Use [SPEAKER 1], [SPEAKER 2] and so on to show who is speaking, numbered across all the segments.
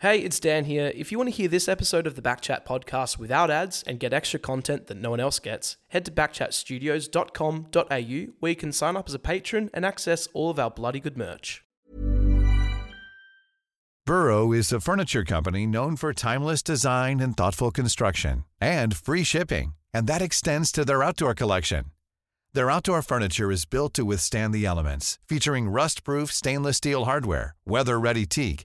[SPEAKER 1] Hey, it's Dan here. If you want to hear this episode of the Backchat podcast without ads and get extra content that no one else gets, head to backchatstudios.com.au where you can sign up as a patron and access all of our bloody good merch.
[SPEAKER 2] Burrow is a furniture company known for timeless design and thoughtful construction and free shipping, and that extends to their outdoor collection. Their outdoor furniture is built to withstand the elements, featuring rust-proof stainless steel hardware, weather-ready teak,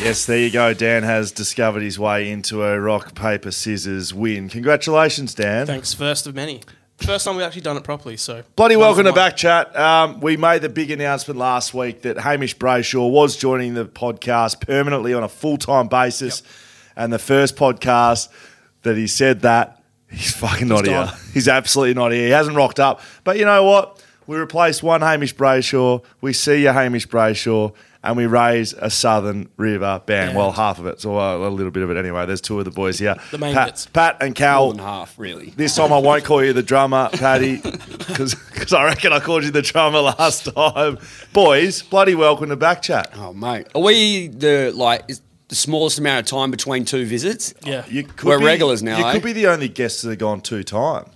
[SPEAKER 3] Yes, there you go. Dan has discovered his way into a rock, paper, scissors win. Congratulations, Dan.
[SPEAKER 1] Thanks, first of many. First time we've actually done it properly, so.
[SPEAKER 3] Bloody welcome to Back Chat. Um, we made the big announcement last week that Hamish Brayshaw was joining the podcast permanently on a full time basis. And the first podcast that he said that, he's fucking not here.
[SPEAKER 1] gone.
[SPEAKER 3] He's absolutely not here. He hasn't rocked up. But you know what? We replaced one Hamish Brayshaw. We see you, Hamish Brayshaw. And we raise a Southern River band. Well, half of it. So uh, a little bit of it anyway. There's two of the boys here.
[SPEAKER 1] The main
[SPEAKER 3] Pat,
[SPEAKER 1] bits.
[SPEAKER 3] Pat and Cal.
[SPEAKER 4] half, really.
[SPEAKER 3] This time I won't call you the drummer, Paddy, because I reckon I called you the drummer last time. Boys, bloody welcome to Back Chat.
[SPEAKER 4] Oh, mate. Are we the, like, is the smallest amount of time between two visits?
[SPEAKER 1] Yeah.
[SPEAKER 3] You could
[SPEAKER 4] We're
[SPEAKER 3] be-
[SPEAKER 4] regulars now,
[SPEAKER 3] You
[SPEAKER 4] eh?
[SPEAKER 3] could be the only guests that have gone two time.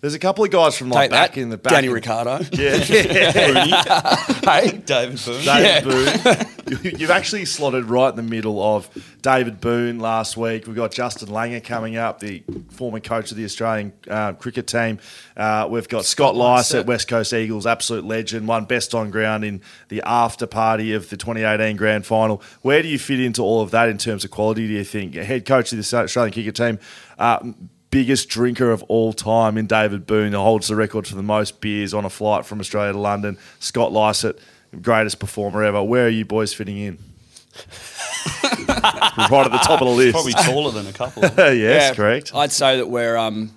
[SPEAKER 3] There's a couple of guys from like
[SPEAKER 4] Take
[SPEAKER 3] back
[SPEAKER 4] that,
[SPEAKER 3] in the back.
[SPEAKER 4] Danny
[SPEAKER 3] in-
[SPEAKER 4] Ricardo.
[SPEAKER 3] Yeah,
[SPEAKER 4] hey, David Boone.
[SPEAKER 3] David Boone. You- You've actually slotted right in the middle of David Boone last week. We've got Justin Langer coming up, the former coach of the Australian uh, cricket team. Uh, we've got Scott Lice at West Coast Eagles, absolute legend, won best on ground in the after party of the 2018 grand final. Where do you fit into all of that in terms of quality, do you think? Head coach of the Australian cricket team. Uh, Biggest drinker of all time in David Boone, who holds the record for the most beers on a flight from Australia to London. Scott Lysett, greatest performer ever. Where are you boys fitting in? right at the top of the list.
[SPEAKER 5] Probably taller than a couple.
[SPEAKER 3] yes, correct.
[SPEAKER 4] I'd say that we're, um,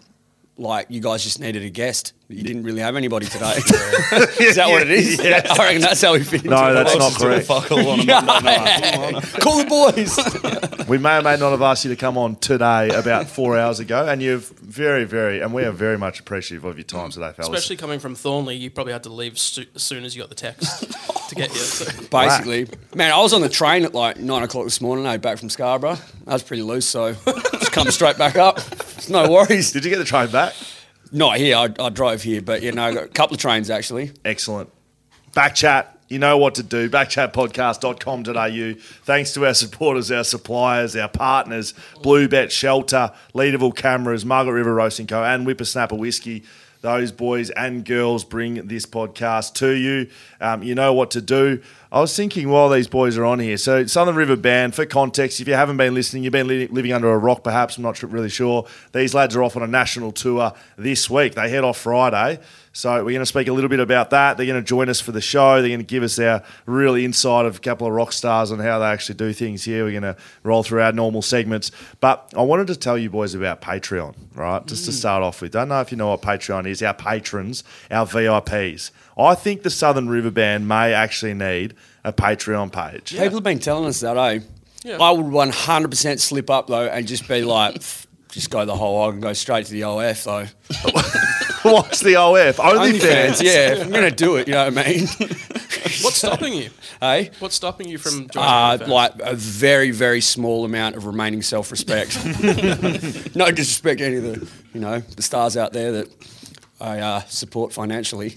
[SPEAKER 4] like, you guys just needed a guest. You didn't really have anybody today. is that what it is? I reckon that's how we fit into
[SPEAKER 3] no,
[SPEAKER 4] it.
[SPEAKER 3] that's not
[SPEAKER 5] Just doing
[SPEAKER 3] correct.
[SPEAKER 5] Fuck all on a Monday night.
[SPEAKER 4] Call the boys.
[SPEAKER 3] We may or may not have asked you to come on today about four hours ago, and you've very, very, and we are very much appreciative of your time today, fellas.
[SPEAKER 1] Especially coming from Thornley, you probably had to leave stu- as soon as you got the text to get here. So.
[SPEAKER 4] Basically, man, I was on the train at like nine o'clock this morning. I back from Scarborough. I was pretty loose, so just come straight back up. It's no worries.
[SPEAKER 3] Did you get the train back?
[SPEAKER 4] Not here. I, I drove here, but you know, I got a couple of trains actually.
[SPEAKER 3] Excellent. Back chat. You know what to do. Backchatpodcast.com.au. Thanks to our supporters, our suppliers, our partners, Blue Bet Shelter, Leaderville Cameras, Margaret River Roasting Co., and Whippersnapper Whiskey. Those boys and girls bring this podcast to you. Um, you know what to do. I was thinking while these boys are on here. So, Southern River Band, for context, if you haven't been listening, you've been li- living under a rock perhaps, I'm not su- really sure. These lads are off on a national tour this week. They head off Friday. So we're going to speak a little bit about that. They're going to join us for the show. They're going to give us our really insight of a couple of rock stars on how they actually do things here. We're going to roll through our normal segments. But I wanted to tell you boys about Patreon, right? Just
[SPEAKER 4] Mm.
[SPEAKER 3] to start off with. Don't know if you know what Patreon is. Our patrons, our VIPs. I think the Southern River Band may actually need a Patreon page.
[SPEAKER 4] People have been telling us that, eh?
[SPEAKER 1] Yeah.
[SPEAKER 4] I would one hundred percent slip up though, and just be like, "Pff, just go the whole hog and go straight to the OF though.
[SPEAKER 3] What's the OF?
[SPEAKER 4] Only
[SPEAKER 3] OnlyFans.
[SPEAKER 4] fans, yeah. If I'm gonna do it, you know what I mean?
[SPEAKER 1] What's stopping you?
[SPEAKER 4] hey.
[SPEAKER 1] What's stopping you from joining
[SPEAKER 4] Uh,
[SPEAKER 1] OnlyFans?
[SPEAKER 4] like a very, very small amount of remaining self-respect. no disrespect to any of the, you know, the stars out there that I uh, support financially.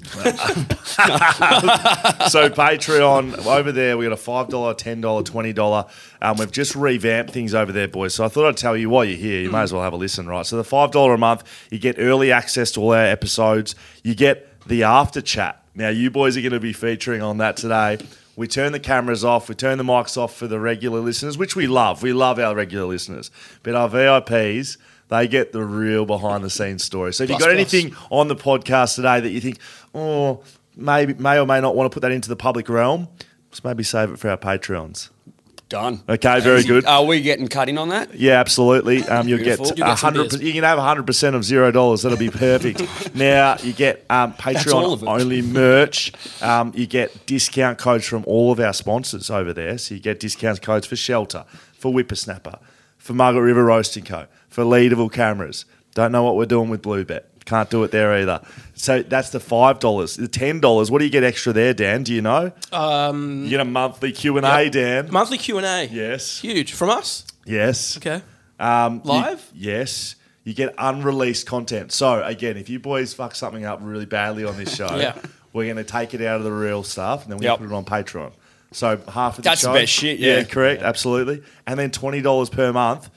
[SPEAKER 3] so Patreon over there, we got a five dollar, ten dollar, twenty dollar. Um, we've just revamped things over there, boys. So I thought I'd tell you while you're here, you may as well have a listen, right? So the five dollar a month, you get early access to all our episodes. You get the after chat. Now you boys are going to be featuring on that today. We turn the cameras off. We turn the mics off for the regular listeners, which we love. We love our regular listeners, but our VIPs. They get the real behind the scenes story. So if you've got
[SPEAKER 4] Plus, plus.
[SPEAKER 3] anything on the podcast today that you think, oh, maybe may or may not want to put that into the public realm, just maybe save it for our Patreons.
[SPEAKER 4] Done.
[SPEAKER 3] Okay, very
[SPEAKER 4] Is it-
[SPEAKER 3] good.
[SPEAKER 4] Are we getting cut in on that?
[SPEAKER 3] Yeah, absolutely. Um, you'll get
[SPEAKER 4] Beautiful. You
[SPEAKER 1] got some
[SPEAKER 3] hundred.
[SPEAKER 1] beers.
[SPEAKER 3] You can have hundred percent of zero dollars. That'll be perfect. now you get um,
[SPEAKER 4] all of
[SPEAKER 3] Patreon
[SPEAKER 4] it.
[SPEAKER 3] only merch. Um, you get discount codes from all of our sponsors over there. So you get discount codes for Shelter, for Whippersnapper, for Margaret River Roasting Co, for Leadable Cameras. Don't know what we're doing with Blue Bet. Can't do it there either. So that's the five dollars. The ten dollars. What do you get extra there, Dan? Do you know? Um, you get a monthly Q and A, Dan.
[SPEAKER 1] Monthly Q and A.
[SPEAKER 3] Yes.
[SPEAKER 1] Huge from us.
[SPEAKER 3] yes.
[SPEAKER 1] Okay.
[SPEAKER 3] Um, you-
[SPEAKER 1] Live?
[SPEAKER 3] yes. You get unreleased content. So again, if you boys fuck something up really badly on this show,
[SPEAKER 1] Yeah.
[SPEAKER 3] we're going to take it out of the real stuff and then we
[SPEAKER 4] Yep.
[SPEAKER 3] put it on Patreon. So half of the
[SPEAKER 4] That's the
[SPEAKER 3] show-
[SPEAKER 4] best shit, yeah.
[SPEAKER 3] correct. Absolutely. And then twenty dollars per month.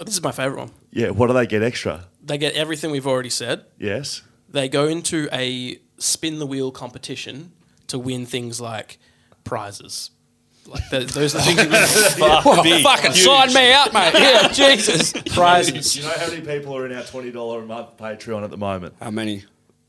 [SPEAKER 1] Oh, this is my favorite one.
[SPEAKER 3] Yeah. What do they get extra?
[SPEAKER 1] They get everything we've already said.
[SPEAKER 3] Yes.
[SPEAKER 1] They go into a spin the wheel competition to win things like prizes. Like th those are the things you win.
[SPEAKER 4] Whoa, fucking sign me out, mate. Yeah, Jesus.
[SPEAKER 3] Do
[SPEAKER 1] prizes.
[SPEAKER 3] you know how many people are in our twenty dollar a month Patreon at the moment?
[SPEAKER 4] How many?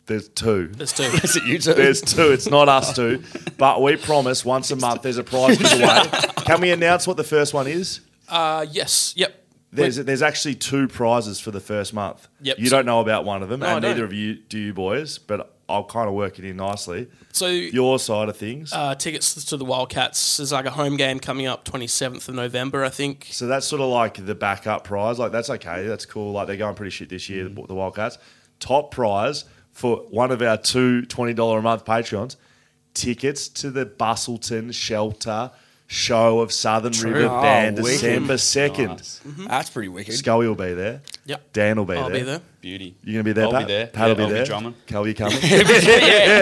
[SPEAKER 3] There's two.
[SPEAKER 1] There's two.
[SPEAKER 4] Is it you two?
[SPEAKER 3] There's two. It's not us two, but we promise once a month there's a prize giveaway. Can we announce what the first one is?
[SPEAKER 1] Uh, yes. Yep.
[SPEAKER 3] There's there's actually two prizes for the first month.
[SPEAKER 1] Yep.
[SPEAKER 3] You don't know about one of them,
[SPEAKER 1] I
[SPEAKER 3] and
[SPEAKER 1] don't.
[SPEAKER 3] neither of you do you boys. But I'll kind of work it in nicely.
[SPEAKER 1] So
[SPEAKER 3] Your side of things.
[SPEAKER 1] uh, tickets to the Wildcats. There's like a home game coming up 27th of November, I think.
[SPEAKER 3] so that's sort of like the backup prize. Like that's okay. That's cool. Like they're going pretty shit this year.
[SPEAKER 1] Mm.
[SPEAKER 3] The, the Wildcats. Top prize for one of our two $20 a month Patreons. Tickets to the Bustleton Shelter show of Southern River
[SPEAKER 4] Oh,
[SPEAKER 3] Band
[SPEAKER 4] wicked.
[SPEAKER 3] December second.
[SPEAKER 5] Nice.
[SPEAKER 4] Mm-hmm. That's pretty wicked.
[SPEAKER 3] Scully will be there.
[SPEAKER 1] Yep.
[SPEAKER 3] Dan will be
[SPEAKER 1] I'll
[SPEAKER 3] there.
[SPEAKER 1] be there.
[SPEAKER 5] Beauty.
[SPEAKER 3] You're gonna be there.
[SPEAKER 5] I'll
[SPEAKER 3] Pat?
[SPEAKER 5] be there. Yeah,
[SPEAKER 3] Pat will be
[SPEAKER 5] I'll be
[SPEAKER 3] there.
[SPEAKER 5] drumming.
[SPEAKER 3] Kel, you coming?
[SPEAKER 4] yeah,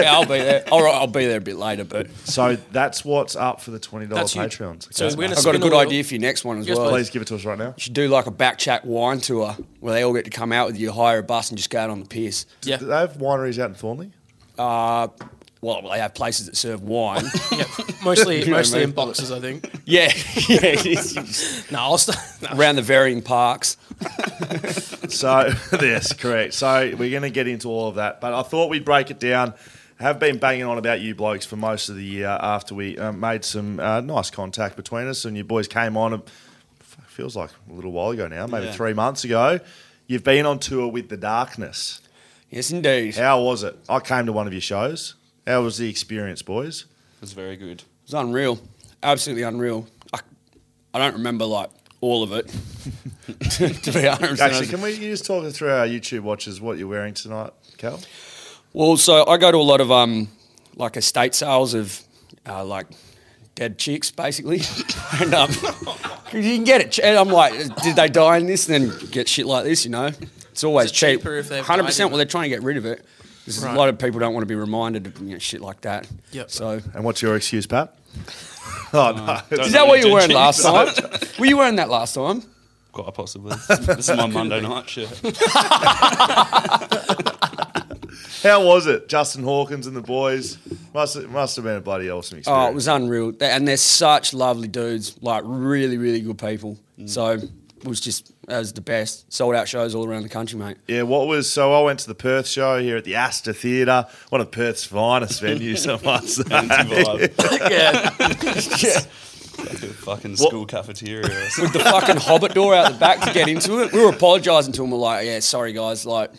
[SPEAKER 4] yeah, I'll be there. All right, I'll be there a bit later, but
[SPEAKER 3] So that's what's up for the twenty dollars
[SPEAKER 1] That's huge.
[SPEAKER 3] Patreons.
[SPEAKER 1] So
[SPEAKER 3] Okay.
[SPEAKER 1] we're gonna
[SPEAKER 4] I've got a
[SPEAKER 1] spin the
[SPEAKER 4] good
[SPEAKER 1] wheel.
[SPEAKER 4] idea for your next one as
[SPEAKER 1] Yes,
[SPEAKER 4] well.
[SPEAKER 3] Please give it to us right now.
[SPEAKER 4] You should do like a back chat wine tour where they all get to come out with you, hire a bus, and just go out on the piss.
[SPEAKER 1] Yeah.
[SPEAKER 3] Do they have wineries out in Thornley?
[SPEAKER 4] Well, they have places that serve wine.
[SPEAKER 1] Yeah, mostly
[SPEAKER 4] know what I
[SPEAKER 1] mostly in
[SPEAKER 4] mean?
[SPEAKER 1] boxes, I think.
[SPEAKER 4] yeah, yeah. it is.
[SPEAKER 1] No, I'll start. No.
[SPEAKER 4] Around the varying parks.
[SPEAKER 3] So yes, correct. So we're gonna get into all of that, but I thought we'd break it down. Have been banging on about you blokes for most of the year after we um, made some uh, nice contact between us, and you boys came on. A, fuck, feels like a little while ago now, maybe
[SPEAKER 5] Yeah.
[SPEAKER 3] three months ago. You've been on tour with the Darkness.
[SPEAKER 4] Yes, indeed. It
[SPEAKER 3] How was it? I came to one of your shows. How was the experience, boys?
[SPEAKER 5] It was very good.
[SPEAKER 4] was unreal. Absolutely unreal. I, I don't remember like all of it, to be honest.
[SPEAKER 3] Actually, can we you just talk through our YouTube watchers what you're wearing tonight, Cal?
[SPEAKER 4] Well, so I go to a lot of um, like estate sales of uh, like dead chicks, basically, and um, 'cause you can get it. che- And I'm like, did they die in this? And then get shit like this, you know. It's always
[SPEAKER 1] it
[SPEAKER 4] cheap.
[SPEAKER 1] cheaper if they've
[SPEAKER 4] Hundred
[SPEAKER 1] died in
[SPEAKER 4] percent. Well,
[SPEAKER 1] it?
[SPEAKER 4] they're trying to get rid of it. There's
[SPEAKER 1] Right.
[SPEAKER 4] a lot of people don't want to be reminded of you know, shit like that.
[SPEAKER 1] Yep.
[SPEAKER 4] So.
[SPEAKER 3] And what's your excuse, Pat? Oh no,
[SPEAKER 5] don't
[SPEAKER 4] Is that what you
[SPEAKER 5] Dead
[SPEAKER 4] were wearing
[SPEAKER 5] chicks.
[SPEAKER 4] last time? Were you wearing that last time?
[SPEAKER 5] Quite possibly. this is my Monday night shirt.
[SPEAKER 3] how was it? Justin Hawkins and the boys must it must have been a bloody awesome experience.
[SPEAKER 4] Oh, it was unreal. They- And they're such lovely dudes, like really, really good people.
[SPEAKER 3] Mm.
[SPEAKER 4] So it was just, it was the best. Sold out shows all around the country, mate.
[SPEAKER 3] yeah, what was so? I went to the Perth show here at the Astor Theatre, one of Perth's finest venues. I must say.
[SPEAKER 5] Vibe.
[SPEAKER 1] Yeah.
[SPEAKER 5] Like a fucking school cafeteria. Or something.
[SPEAKER 4] The fucking hobbit door out the back to get into it. We were apologising to them. We're like, yeah, sorry, guys. Like,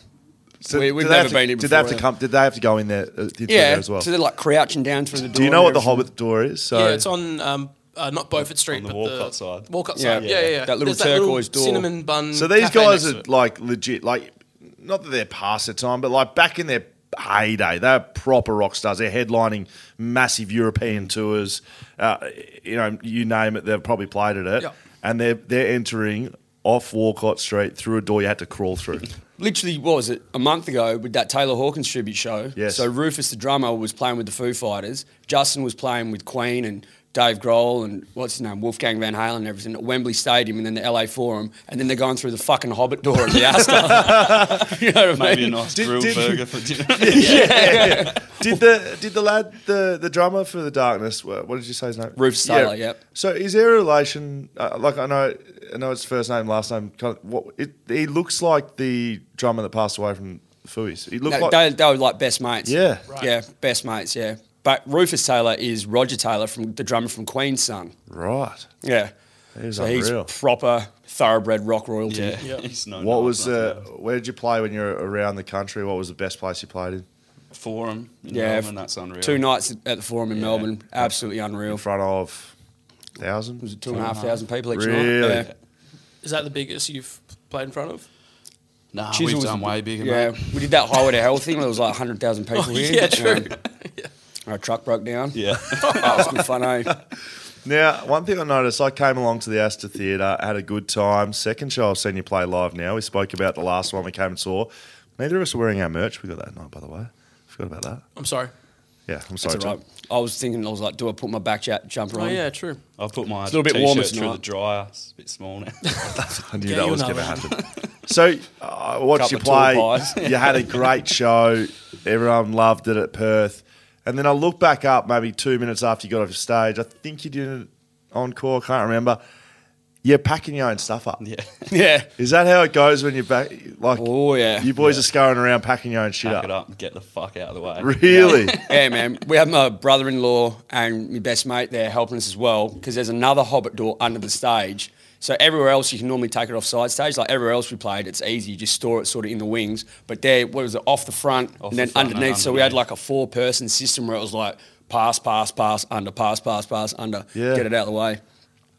[SPEAKER 3] So
[SPEAKER 4] we, we've
[SPEAKER 3] did they
[SPEAKER 4] never
[SPEAKER 3] have to-
[SPEAKER 4] been in
[SPEAKER 3] Did they have to
[SPEAKER 4] before.
[SPEAKER 3] come? Did they have to go in there, uh, into
[SPEAKER 4] Yeah.
[SPEAKER 3] there as well?
[SPEAKER 4] So they're like crouching down through the door.
[SPEAKER 3] Do you know what
[SPEAKER 4] and
[SPEAKER 3] the
[SPEAKER 4] everything.
[SPEAKER 3] Hobbit door is? So
[SPEAKER 1] yeah, it's on um, uh, not Beaufort Street,
[SPEAKER 5] the
[SPEAKER 1] but
[SPEAKER 5] Walcott
[SPEAKER 1] the
[SPEAKER 5] side.
[SPEAKER 1] Walcott
[SPEAKER 4] Yeah.
[SPEAKER 1] side. Yeah, yeah, yeah.
[SPEAKER 4] That little
[SPEAKER 1] There's
[SPEAKER 4] turquoise door.
[SPEAKER 1] cinnamon bun.
[SPEAKER 3] So these
[SPEAKER 1] cafe
[SPEAKER 3] guys
[SPEAKER 1] next to
[SPEAKER 3] are
[SPEAKER 1] it.
[SPEAKER 3] like legit, like not that they're past their time, but like back in their heyday, they're proper rock stars. They're headlining massive European tours. Uh, you know, you name it, they've probably played at it,
[SPEAKER 1] Yeah.
[SPEAKER 3] and they're they're entering off Walcott Street through a door you had to crawl through.
[SPEAKER 4] Literally, what was it, a month ago with that Taylor Hawkins tribute show?
[SPEAKER 3] Yes.
[SPEAKER 4] So Rufus the drummer was playing with the Foo Fighters. Justin was playing with Queen and Dave Grohl and what's his name, Wolfgang Van Halen and everything at Wembley Stadium and then the LA Forum. And then they're going through the fucking Hobbit door at the Astor. you know what I mean?
[SPEAKER 5] Maybe a nice
[SPEAKER 3] Did-
[SPEAKER 5] grilled
[SPEAKER 3] did-
[SPEAKER 5] Oh, burger for dinner.
[SPEAKER 3] Did the did the lad the the drummer for the Darkness? wha- What did you say his name?
[SPEAKER 4] Rufus Taylor, yep.
[SPEAKER 3] So is there a relation? Uh, like I know, I know it's first name, last name. Kind of, what it, he looks like the drummer that passed away from Fooey's. He looked
[SPEAKER 4] No,
[SPEAKER 3] like
[SPEAKER 4] they, they were like best mates.
[SPEAKER 3] Yeah. Right.
[SPEAKER 4] Yeah, best mates, yeah. But Rufus Taylor is Roger Taylor, from the drummer from Queen's son.
[SPEAKER 3] right.
[SPEAKER 4] Yeah.
[SPEAKER 3] He's
[SPEAKER 4] so
[SPEAKER 3] unreal.
[SPEAKER 4] he's proper thoroughbred rock royalty.
[SPEAKER 5] yeah. He's no
[SPEAKER 3] What
[SPEAKER 5] knob,
[SPEAKER 3] was
[SPEAKER 5] nothing
[SPEAKER 3] uh,
[SPEAKER 5] else.
[SPEAKER 3] where did you play when you were around the country? What was the best place you played in?
[SPEAKER 5] Forum. In
[SPEAKER 4] Yeah,
[SPEAKER 5] yeah,
[SPEAKER 4] f-
[SPEAKER 5] Melbourne, that's unreal.
[SPEAKER 4] Two nights at the Forum in Melbourne, absolutely unreal.
[SPEAKER 3] In front of thousand?
[SPEAKER 4] Was it two and a half thousand people each
[SPEAKER 3] Really?
[SPEAKER 4] night? Yeah.
[SPEAKER 1] Is that the biggest you've played in front of?
[SPEAKER 5] Nah,
[SPEAKER 4] Chisel
[SPEAKER 5] we've
[SPEAKER 4] was-
[SPEAKER 5] done way bigger.
[SPEAKER 4] Yeah,
[SPEAKER 5] mate. Oh,
[SPEAKER 4] we did that Highway to Hell thing. Where there was like hundred thousand people here.
[SPEAKER 1] yeah, true.
[SPEAKER 4] Our truck broke down.
[SPEAKER 5] Yeah.
[SPEAKER 4] that was good fun. Eh?
[SPEAKER 3] Now, one thing I noticed, I came along to the Astor Theatre, had a good time. Second show I've seen you play live now. We spoke about the last one we came and saw. Neither of us were wearing our merch we got that night, by the way. Forgot about that.
[SPEAKER 1] I'm sorry.
[SPEAKER 3] Yeah, I'm sorry.
[SPEAKER 4] That's all right.
[SPEAKER 3] Tim.
[SPEAKER 4] I was thinking, I was like, do I put my back ja- jumper
[SPEAKER 1] Oh
[SPEAKER 4] on?
[SPEAKER 1] yeah, true.
[SPEAKER 5] I put my
[SPEAKER 4] a little bit
[SPEAKER 5] t-shirt
[SPEAKER 4] warmer
[SPEAKER 5] through
[SPEAKER 4] tonight.
[SPEAKER 5] the dryer. It's a bit small now.
[SPEAKER 3] I knew
[SPEAKER 1] Yeah,
[SPEAKER 3] that
[SPEAKER 1] you
[SPEAKER 3] was
[SPEAKER 1] know
[SPEAKER 3] going to
[SPEAKER 1] that.
[SPEAKER 3] happen. So I watched you
[SPEAKER 4] Couple of
[SPEAKER 3] play.
[SPEAKER 4] tall pies.
[SPEAKER 3] you had a great show. Everyone loved it at Perth. And then I looked back up maybe two minutes after you got off stage. I think you did an encore. I can't remember. You're packing your own stuff up.
[SPEAKER 5] yeah.
[SPEAKER 4] yeah.
[SPEAKER 3] Is that how it goes when you're back? Like,
[SPEAKER 4] Oh, yeah.
[SPEAKER 3] you boys are scurrying around packing your own shit
[SPEAKER 5] Pack
[SPEAKER 3] up.
[SPEAKER 5] it up and get the fuck out of the way.
[SPEAKER 3] Really?
[SPEAKER 4] Yeah, man. We have my brother-in-law and my best mate there helping us as well because there's another Hobbit door under the stage. So everywhere else you can normally take it off side stage. Like everywhere else we played, it's easy. You just store it sort of in the wings. But there, what was it? Off the front
[SPEAKER 5] Off
[SPEAKER 4] and
[SPEAKER 5] the
[SPEAKER 4] then
[SPEAKER 5] front and
[SPEAKER 4] underneath. So we had
[SPEAKER 5] underneath.
[SPEAKER 4] like a four-person system where it was like pass, pass, pass, under, pass, pass, pass, under.
[SPEAKER 3] Yeah.
[SPEAKER 4] Get it out of the way.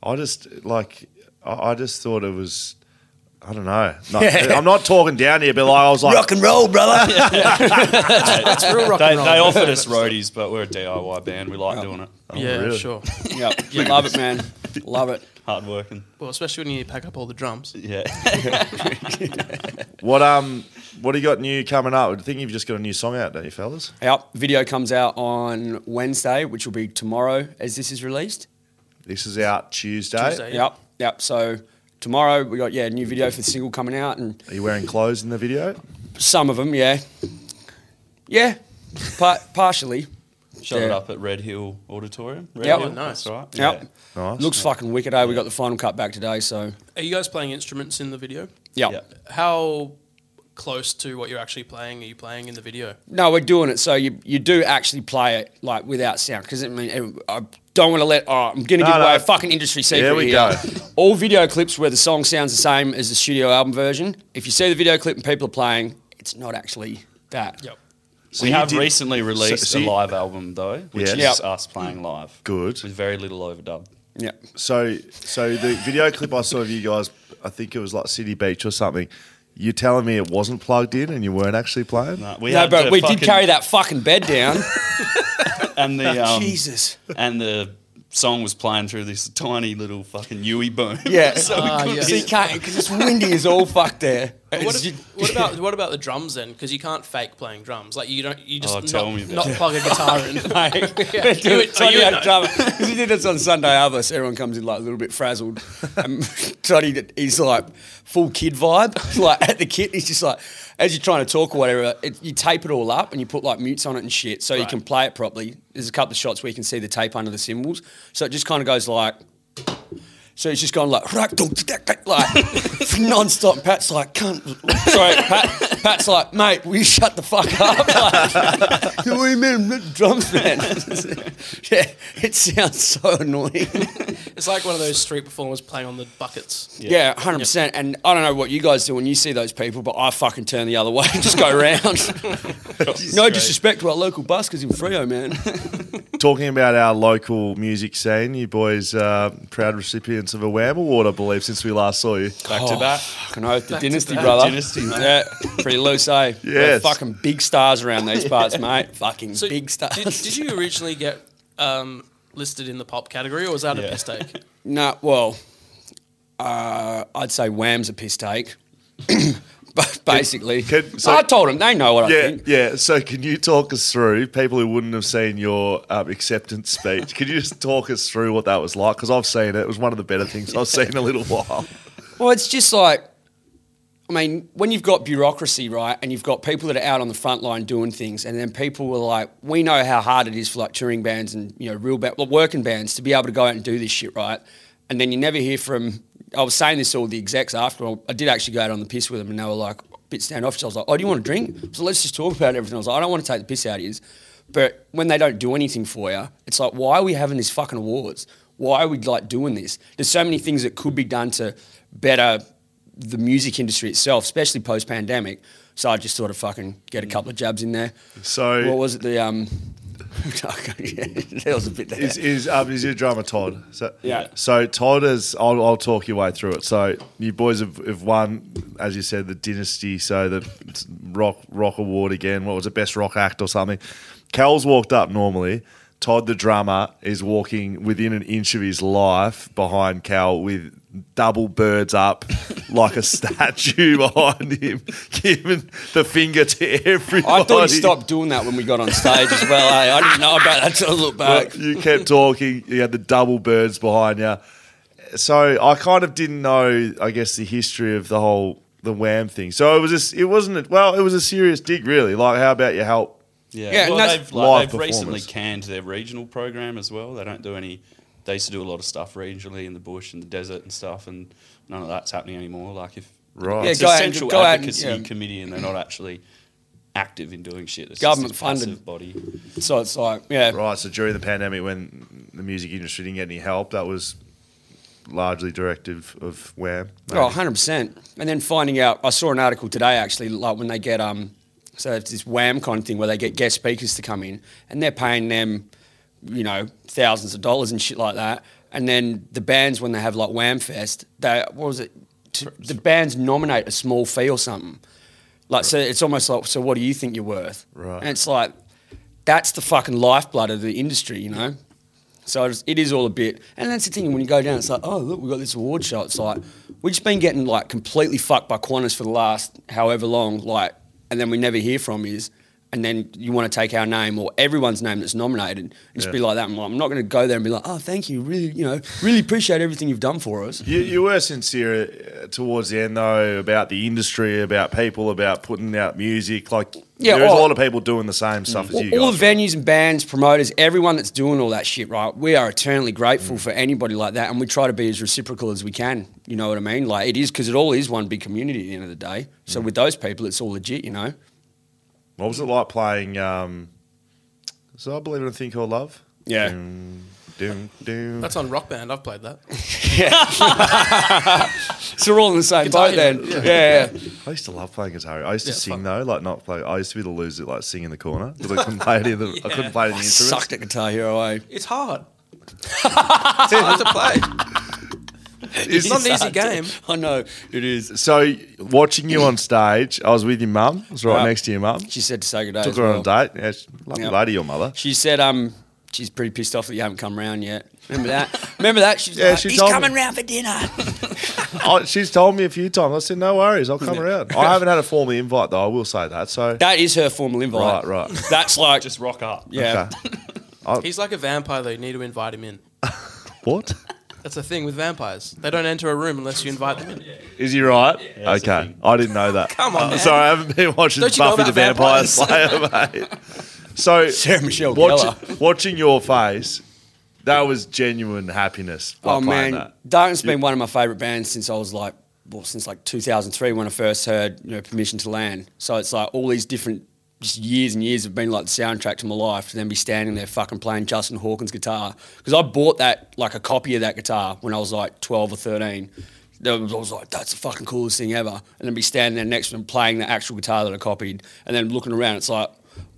[SPEAKER 3] I just like I I just thought it was. I don't know. No, I'm not talking down here, but like I was like,
[SPEAKER 4] Rock and roll, brother.
[SPEAKER 1] That's real rock
[SPEAKER 5] They,
[SPEAKER 1] and roll.
[SPEAKER 5] they offered us roadies, but we're a DIY band. We like doing it.
[SPEAKER 1] yeah,
[SPEAKER 3] really?
[SPEAKER 1] sure.
[SPEAKER 4] yeah, you love it, man. Love it.
[SPEAKER 5] Hard working.
[SPEAKER 1] Well, especially when you pack up all the drums.
[SPEAKER 5] Yeah.
[SPEAKER 3] what um, what do you got new coming up? I think you've just got a new song out, don't you, fellas?
[SPEAKER 4] Our video comes out on Wednesday, which will be tomorrow as this is released.
[SPEAKER 3] This is out Tuesday.
[SPEAKER 1] Tuesday. Yeah.
[SPEAKER 4] Yep, yep. So tomorrow we got yeah new video for the single coming out and
[SPEAKER 3] Are you wearing clothes in the video?
[SPEAKER 4] some of them yeah, yeah, pa- partially.
[SPEAKER 5] Shot it
[SPEAKER 4] Yeah.
[SPEAKER 5] up at Red Hill Auditorium. Red
[SPEAKER 4] Yep.
[SPEAKER 5] Hill,
[SPEAKER 4] Oh,
[SPEAKER 1] nice.
[SPEAKER 5] That's right.
[SPEAKER 4] Yep.
[SPEAKER 3] Nice.
[SPEAKER 4] Looks fucking wicked. Eh? We got the final cut back today, so
[SPEAKER 1] Are you guys playing instruments in the video?
[SPEAKER 4] yeah.
[SPEAKER 5] Yeah.
[SPEAKER 1] How close to what you're actually playing are you playing in the video?
[SPEAKER 4] No, we're doing it. So you you do actually play it like without sound because I mean it- I don't want to let. Oh, I'm gonna
[SPEAKER 3] No,
[SPEAKER 4] give
[SPEAKER 3] no.
[SPEAKER 4] away a fucking industry secret.
[SPEAKER 3] There we
[SPEAKER 4] here.
[SPEAKER 3] go.
[SPEAKER 4] All video clips where the song sounds the same as the studio album version. If you see the video clip and people are playing, it's not actually that.
[SPEAKER 1] Yep.
[SPEAKER 3] So
[SPEAKER 5] We
[SPEAKER 3] you
[SPEAKER 5] have
[SPEAKER 3] did-
[SPEAKER 5] recently
[SPEAKER 3] so-
[SPEAKER 5] released
[SPEAKER 3] so
[SPEAKER 5] a
[SPEAKER 3] you-
[SPEAKER 5] live album though, which
[SPEAKER 3] Yes.
[SPEAKER 5] is
[SPEAKER 4] Yep.
[SPEAKER 5] us playing live.
[SPEAKER 3] Good.
[SPEAKER 5] With very little overdub.
[SPEAKER 4] Yeah.
[SPEAKER 3] So, so the video clip I saw of you guys, I think it was like City Beach or something. You're telling me it wasn't plugged in and you weren't actually playing?
[SPEAKER 5] No, we
[SPEAKER 4] no,
[SPEAKER 5] had
[SPEAKER 4] but
[SPEAKER 5] the
[SPEAKER 4] we did
[SPEAKER 5] fucking-
[SPEAKER 4] carry that fucking bed down.
[SPEAKER 5] and the um,
[SPEAKER 4] Jesus.
[SPEAKER 5] and the song was playing through this tiny little fucking Yui boom.
[SPEAKER 4] Yeah.
[SPEAKER 5] so we
[SPEAKER 1] Ah,
[SPEAKER 5] couldn't
[SPEAKER 1] yeah.
[SPEAKER 4] So you can't because it's windy as all fuck there.
[SPEAKER 1] What,
[SPEAKER 4] It's-
[SPEAKER 1] if- what about what about the drums then? Because you can't fake playing drums. Like you don't. You just
[SPEAKER 5] Oh,
[SPEAKER 1] not,
[SPEAKER 5] tell me about
[SPEAKER 1] not
[SPEAKER 5] it.
[SPEAKER 1] plug a guitar in.
[SPEAKER 4] Yeah,
[SPEAKER 1] You would- oh, you would know.
[SPEAKER 4] Because he did this on Sunday Harvest. Everyone comes in like a little bit frazzled. And Johnny, he's like full kid vibe. Like at the kit, he's just like, as you're trying to talk or whatever, it, you tape it all up and you put like mutes on it and shit so you
[SPEAKER 1] Right.
[SPEAKER 4] can play it properly. There's a couple of shots where you can see the tape under the cymbals. So it just kind of goes like. So he's just going like, like non-stop. Pat's like, cunt. Sorry, Pat, Pat's like, mate, will you shut the fuck up? Like, what do you mean, the drums, man? yeah, it sounds so annoying.
[SPEAKER 1] It's like one of those street performers playing on the buckets.
[SPEAKER 4] Yeah, hundred percent. And I don't know what you guys do when you see those people, but I fucking turn the other way and just go round. no disrespect to our local buskers in Frio, man.
[SPEAKER 3] Talking about our local music scene, you boys are proud recipients of a Wham Award, I believe, since we last saw you.
[SPEAKER 5] back to back.
[SPEAKER 4] Oh, Fucking oath, the dynasty,
[SPEAKER 1] back.
[SPEAKER 4] brother.
[SPEAKER 5] Dynasty, mate.
[SPEAKER 4] yeah, pretty loose, eh? They're fucking big stars around these parts, mate. Fucking
[SPEAKER 1] So
[SPEAKER 4] big stars.
[SPEAKER 1] Did, did you originally get um, listed in the pop category, or was that a mistake?
[SPEAKER 4] No, well, Uh, I'd say Wham's a piss take. but basically,
[SPEAKER 3] can- so-
[SPEAKER 4] I told them they know what I
[SPEAKER 3] Yeah,
[SPEAKER 4] think.
[SPEAKER 3] yeah. So, can you talk us through people who wouldn't have seen your um, acceptance speech? Can you just talk us through what that was like? Because I've seen it; it was one of the better things I've seen in a little while.
[SPEAKER 4] Well, it's just like, I mean, when you've got bureaucracy, right, and you've got people that are out on the front line doing things, and then people were like, we know how hard it is for like touring bands and you know real ba- well, working bands to be able to go out and do this shit, right? And then you never hear from. I was saying this to all the execs after I did actually go out on the piss with them, and they were like a bit standoffish. I was like, oh, do you want a drink? So let's just talk about everything. I was like, I don't want to take the piss out of you. But when they don't do anything for you, it's like, why are we having these fucking awards? Why are we like doing this? There's so many things that could be done to better the music industry itself, especially post pandemic. So I just sort of fucking get a couple of jabs in there.
[SPEAKER 3] So-
[SPEAKER 4] what was it? The um, there was a bit there.
[SPEAKER 3] Is is um, is your drummer Todd? So,
[SPEAKER 4] Yeah.
[SPEAKER 3] So Todd is. I'll, I'll talk your way through it. So you boys have, have won, as you said, the dynasty. So the rock rock award again. What was it? Best rock act or something. Cal's walked up normally. Todd the drummer is walking within an inch of his life behind Cal with double birds up like a statue behind him, giving the finger to everybody.
[SPEAKER 4] I thought he stopped doing that when we got on stage as well. eh? I didn't know about that till I looked
[SPEAKER 5] Uh,
[SPEAKER 4] back.
[SPEAKER 3] Well, you kept talking. You had the double birds behind you. So I kind of didn't know, I guess, the history of the whole the Wham thing. So it was just, it wasn't a- well, it was a serious dig, really. Like, how about your help?
[SPEAKER 5] Yeah,
[SPEAKER 4] Yeah, and
[SPEAKER 5] well,
[SPEAKER 4] that's-
[SPEAKER 5] they've,
[SPEAKER 3] Live
[SPEAKER 5] like, they've recently
[SPEAKER 3] performance.
[SPEAKER 5] canned their regional program as well. They don't do any. They used to do a lot of stuff regionally in the bush and the desert and stuff, and none of that's happening anymore. Like if
[SPEAKER 3] Right.
[SPEAKER 4] Yeah,
[SPEAKER 5] it's
[SPEAKER 4] go
[SPEAKER 5] a
[SPEAKER 4] out and-
[SPEAKER 5] central
[SPEAKER 4] go out and,
[SPEAKER 5] advocacy
[SPEAKER 4] yeah.
[SPEAKER 5] committee, and they're not actually active in doing shit. It's
[SPEAKER 4] Government
[SPEAKER 5] just a passive
[SPEAKER 4] funded.
[SPEAKER 5] body.
[SPEAKER 4] So it's like, yeah,
[SPEAKER 3] Right. So during the pandemic, when the music industry didn't get any help, that was largely directive of Wham.
[SPEAKER 4] Oh, 100 percent. And then finding out, I saw an article today actually, like when they get um, so it's this wham kind of thing where they get guest speakers to come in, and they're paying them, you know, thousands of dollars and shit like that. And then the bands when they have like Wham Fest, they what was it? To, the bands nominate a small fee or something. Like so, it's almost like so. What do you think you're worth?
[SPEAKER 3] Right.
[SPEAKER 4] And it's like that's the fucking lifeblood of the industry, you know. So it's- it is all a bit, and that's the thing. When you go down, it's like, oh look, we got this award show. It's like we've just been getting like completely fucked by Qantas for the last however long, like, and then we never hear from is, and then you want to take our name or everyone's name that's nominated, and just
[SPEAKER 3] Yeah.
[SPEAKER 4] be like that. I'm, like, I'm not going to go there and be like, oh, thank you, really, you know, really appreciate everything you've done for us.
[SPEAKER 3] You, you were sincere uh, towards the end, though, about the industry, about people, about putting out music. Like,
[SPEAKER 4] Yeah,
[SPEAKER 3] there's a
[SPEAKER 4] well-
[SPEAKER 3] lot of people doing the same stuff as you guys.
[SPEAKER 4] all the venues and bands, promoters, everyone that's doing all that shit, right? We are eternally
[SPEAKER 3] Mm.
[SPEAKER 4] grateful for anybody like that, and we try to be as reciprocal as we can. You know what I mean? Like it is because it all is one big community at the end of the day. So
[SPEAKER 3] Mm.
[SPEAKER 4] with those people, it's all legit. You know?
[SPEAKER 3] What was it like playing? Um, so I believe in a thing called love.
[SPEAKER 4] Yeah.
[SPEAKER 3] Doom, doom, doom.
[SPEAKER 1] That's on Rock Band. I've played that.
[SPEAKER 4] So we're all in the same
[SPEAKER 1] Guitar,
[SPEAKER 4] boat then.
[SPEAKER 1] yeah.
[SPEAKER 4] Yeah. yeah,
[SPEAKER 3] I used to love playing guitar. I used to
[SPEAKER 1] Yeah,
[SPEAKER 3] sing
[SPEAKER 1] fun.
[SPEAKER 3] though, like not play. I used to be the loser, like sing in the corner because I couldn't play any of the. I couldn't play any
[SPEAKER 4] I
[SPEAKER 3] instruments.
[SPEAKER 4] sucked at Guitar Hero. eh? I
[SPEAKER 1] It's hard. it's hard to play. It's not an easy game.
[SPEAKER 4] I know it is.
[SPEAKER 3] So watching you on stage, I was with your mum. I was right
[SPEAKER 4] Right.
[SPEAKER 3] next to your mum.
[SPEAKER 4] She said to say good day.
[SPEAKER 3] Took
[SPEAKER 4] as
[SPEAKER 3] her
[SPEAKER 4] well.
[SPEAKER 3] on a date. Yeah, she- lovely
[SPEAKER 4] Yep.
[SPEAKER 3] lady, your mother.
[SPEAKER 4] She said, um, she's pretty pissed off that you haven't come round yet. Remember that? Remember that? She's
[SPEAKER 3] Yeah,
[SPEAKER 4] like,
[SPEAKER 3] she
[SPEAKER 4] he's
[SPEAKER 3] told
[SPEAKER 4] coming
[SPEAKER 3] me.
[SPEAKER 4] round for dinner.
[SPEAKER 3] I, she's told me a few times. I said, "No worries, I'll come around." I haven't had a formal invite though. I will say that. So
[SPEAKER 4] that is her formal invite.
[SPEAKER 3] right, right.
[SPEAKER 4] That's like,
[SPEAKER 5] Just rock up.
[SPEAKER 4] yeah.
[SPEAKER 3] Okay.
[SPEAKER 1] He's like a vampire, though. You need to invite him in.
[SPEAKER 3] What
[SPEAKER 1] That's the thing with vampires. They don't enter a room unless you invite them in.
[SPEAKER 3] is he right? okay, I didn't know that.
[SPEAKER 1] Come on,
[SPEAKER 3] Uh,
[SPEAKER 1] man.
[SPEAKER 3] sorry, I haven't been watching
[SPEAKER 1] Don't you know
[SPEAKER 3] Buffy the
[SPEAKER 1] about
[SPEAKER 3] Vampire
[SPEAKER 1] vampires?
[SPEAKER 3] Slayer, mate. So
[SPEAKER 4] Sarah Michelle
[SPEAKER 3] watch-
[SPEAKER 4] Gellar.
[SPEAKER 3] watching your face, that was genuine happiness. like
[SPEAKER 4] Oh
[SPEAKER 3] playing
[SPEAKER 4] man,
[SPEAKER 3] that.
[SPEAKER 4] Darken's been one of my favourite bands since I was like, well, since like 2003 when I first heard you know Permission to Land. So it's like all these different just years and years have been like the soundtrack to my life. To then be standing there fucking playing Justin Hawkins guitar because I bought that like a copy of that guitar when I was like 12 or 13. That was- I was like, that's the fucking coolest thing ever. And then be standing there next to him playing the actual guitar that I copied, and then looking around, it's like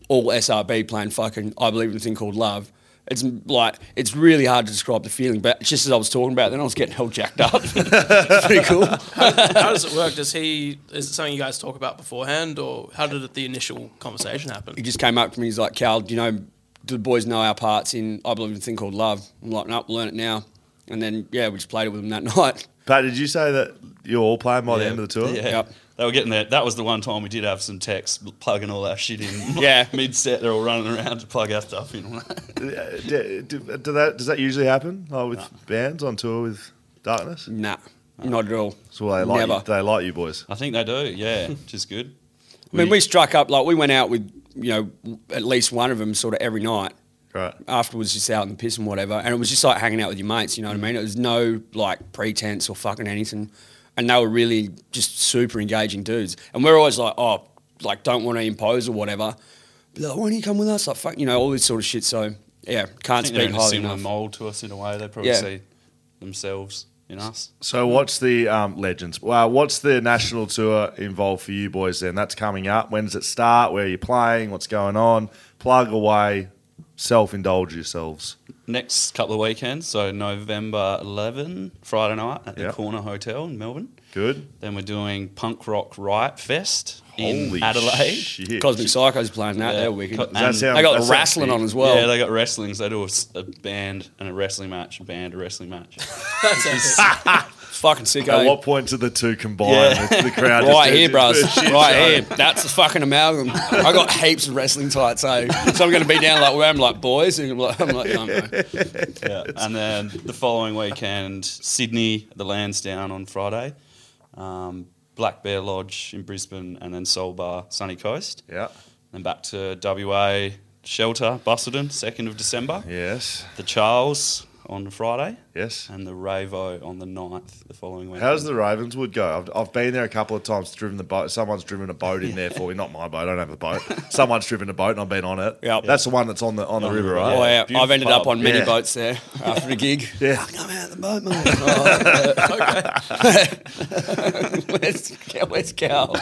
[SPEAKER 4] all SRB playing fucking I believe in a thing called love. It's like it's really hard to describe the feeling, but just as I was talking about, it, then I was getting hell jacked up. It's pretty cool.
[SPEAKER 1] How does it work? Does he? Is it something you guys talk about beforehand, or how did the initial conversation happen?
[SPEAKER 4] He just came up to me. He's like, "Cal, do you know? Do the boys know our parts in I believe in a thing called love?" I'm like, "No, we'll learn it now." And then yeah, we just played it with him that night.
[SPEAKER 3] Pat, did you say that you're all playing by the end of the tour?
[SPEAKER 5] Yeah.
[SPEAKER 4] Yep.
[SPEAKER 5] They were getting there. That was the one time we did have some techs plugging all our shit in.
[SPEAKER 4] Yeah.
[SPEAKER 5] Mid set, they're all running around to plug our stuff in.
[SPEAKER 3] Do, do- do that, does that usually happen like, with bands on tour with Darkness?
[SPEAKER 4] Nah, not at all.
[SPEAKER 3] So they like you,
[SPEAKER 4] Never.
[SPEAKER 3] they like you boys.
[SPEAKER 5] I think they do. Yeah. Which is good.
[SPEAKER 4] I mean, we struck up like we went out with you know at least one of them sort of every night.
[SPEAKER 3] Right.
[SPEAKER 4] Afterwards, just out in the piss and whatever, and it was just like hanging out with your mates. You know what I mean? It was no like pretense or fucking anything, and they were really just super engaging dudes. And we're always like, oh, like don't want to impose or whatever. But like, why don't you come with us? Like fuck, you know, all this sort of shit. So yeah,
[SPEAKER 5] I
[SPEAKER 4] can't
[SPEAKER 5] think they're
[SPEAKER 4] speak
[SPEAKER 5] in a
[SPEAKER 4] highly
[SPEAKER 5] similar
[SPEAKER 4] enough.
[SPEAKER 5] mould to us in a way. They probably
[SPEAKER 4] Yeah.
[SPEAKER 5] see themselves in us.
[SPEAKER 3] So what's the um, legends? Well, what's the national tour involved for you boys? Then that's coming up. When does it start? Where are you playing? What's going on? Plug away. Self indulge yourselves.
[SPEAKER 5] Next couple of weekends, so November 11, Friday night at the
[SPEAKER 3] Yep.
[SPEAKER 5] Corner Hotel in Melbourne.
[SPEAKER 3] Good.
[SPEAKER 5] Then we're doing Punk Rock Riot Fest in
[SPEAKER 3] Holy
[SPEAKER 5] Adelaide.
[SPEAKER 3] Shit.
[SPEAKER 4] Cosmic Psycho's playing that. They're wicked.
[SPEAKER 5] Does
[SPEAKER 3] that sound-
[SPEAKER 4] they
[SPEAKER 3] that
[SPEAKER 4] got
[SPEAKER 3] sounds
[SPEAKER 4] wrestling
[SPEAKER 3] big.
[SPEAKER 4] on as well.
[SPEAKER 5] Yeah, they got wrestling. So they do a, s- a band and a whrestling match, a band, a wrestling match.
[SPEAKER 1] That's
[SPEAKER 4] fucking sick.
[SPEAKER 3] At
[SPEAKER 4] eh?
[SPEAKER 3] what point do the two combine?
[SPEAKER 5] Yeah.
[SPEAKER 3] The crowd just goes
[SPEAKER 4] Right here,
[SPEAKER 3] into
[SPEAKER 4] bros.
[SPEAKER 3] a shit
[SPEAKER 4] Right
[SPEAKER 3] show.
[SPEAKER 4] here. That's the fucking amalgam. I got heaps of wrestling tights, so so I'm gonna be down like where I'm like boys. And I'm like, I'm like, no, no.
[SPEAKER 5] yeah. And then the following weekend, Sydney, the Lansdowne on Friday, um, Black Bear Lodge in Brisbane, and then Soul Bar, Sunny Coast.
[SPEAKER 3] Yeah.
[SPEAKER 5] And back to WA Shelter, Busselton, 2nd of December.
[SPEAKER 3] Yes.
[SPEAKER 5] The Charles on Friday.
[SPEAKER 3] Yes.
[SPEAKER 5] And the Ravo on the 9th, the following week.
[SPEAKER 3] How's the Ravenswood go? I've, I've been there a couple of times, driven the boat. Someone's driven a boat in there for me. Not my boat. I don't have a boat. Someone's driven a boat and I've been on it.
[SPEAKER 4] Yep.
[SPEAKER 3] That's the one that's on the on the river, right?
[SPEAKER 4] Oh, yeah. I've
[SPEAKER 5] Beautiful
[SPEAKER 4] ended up
[SPEAKER 5] pub.
[SPEAKER 4] on many
[SPEAKER 3] Yeah.
[SPEAKER 4] boats there after a gig.
[SPEAKER 3] Yeah.
[SPEAKER 4] Fuck, I'm out of the boat, mate. Oh, okay. where's, Cal- where's Cal?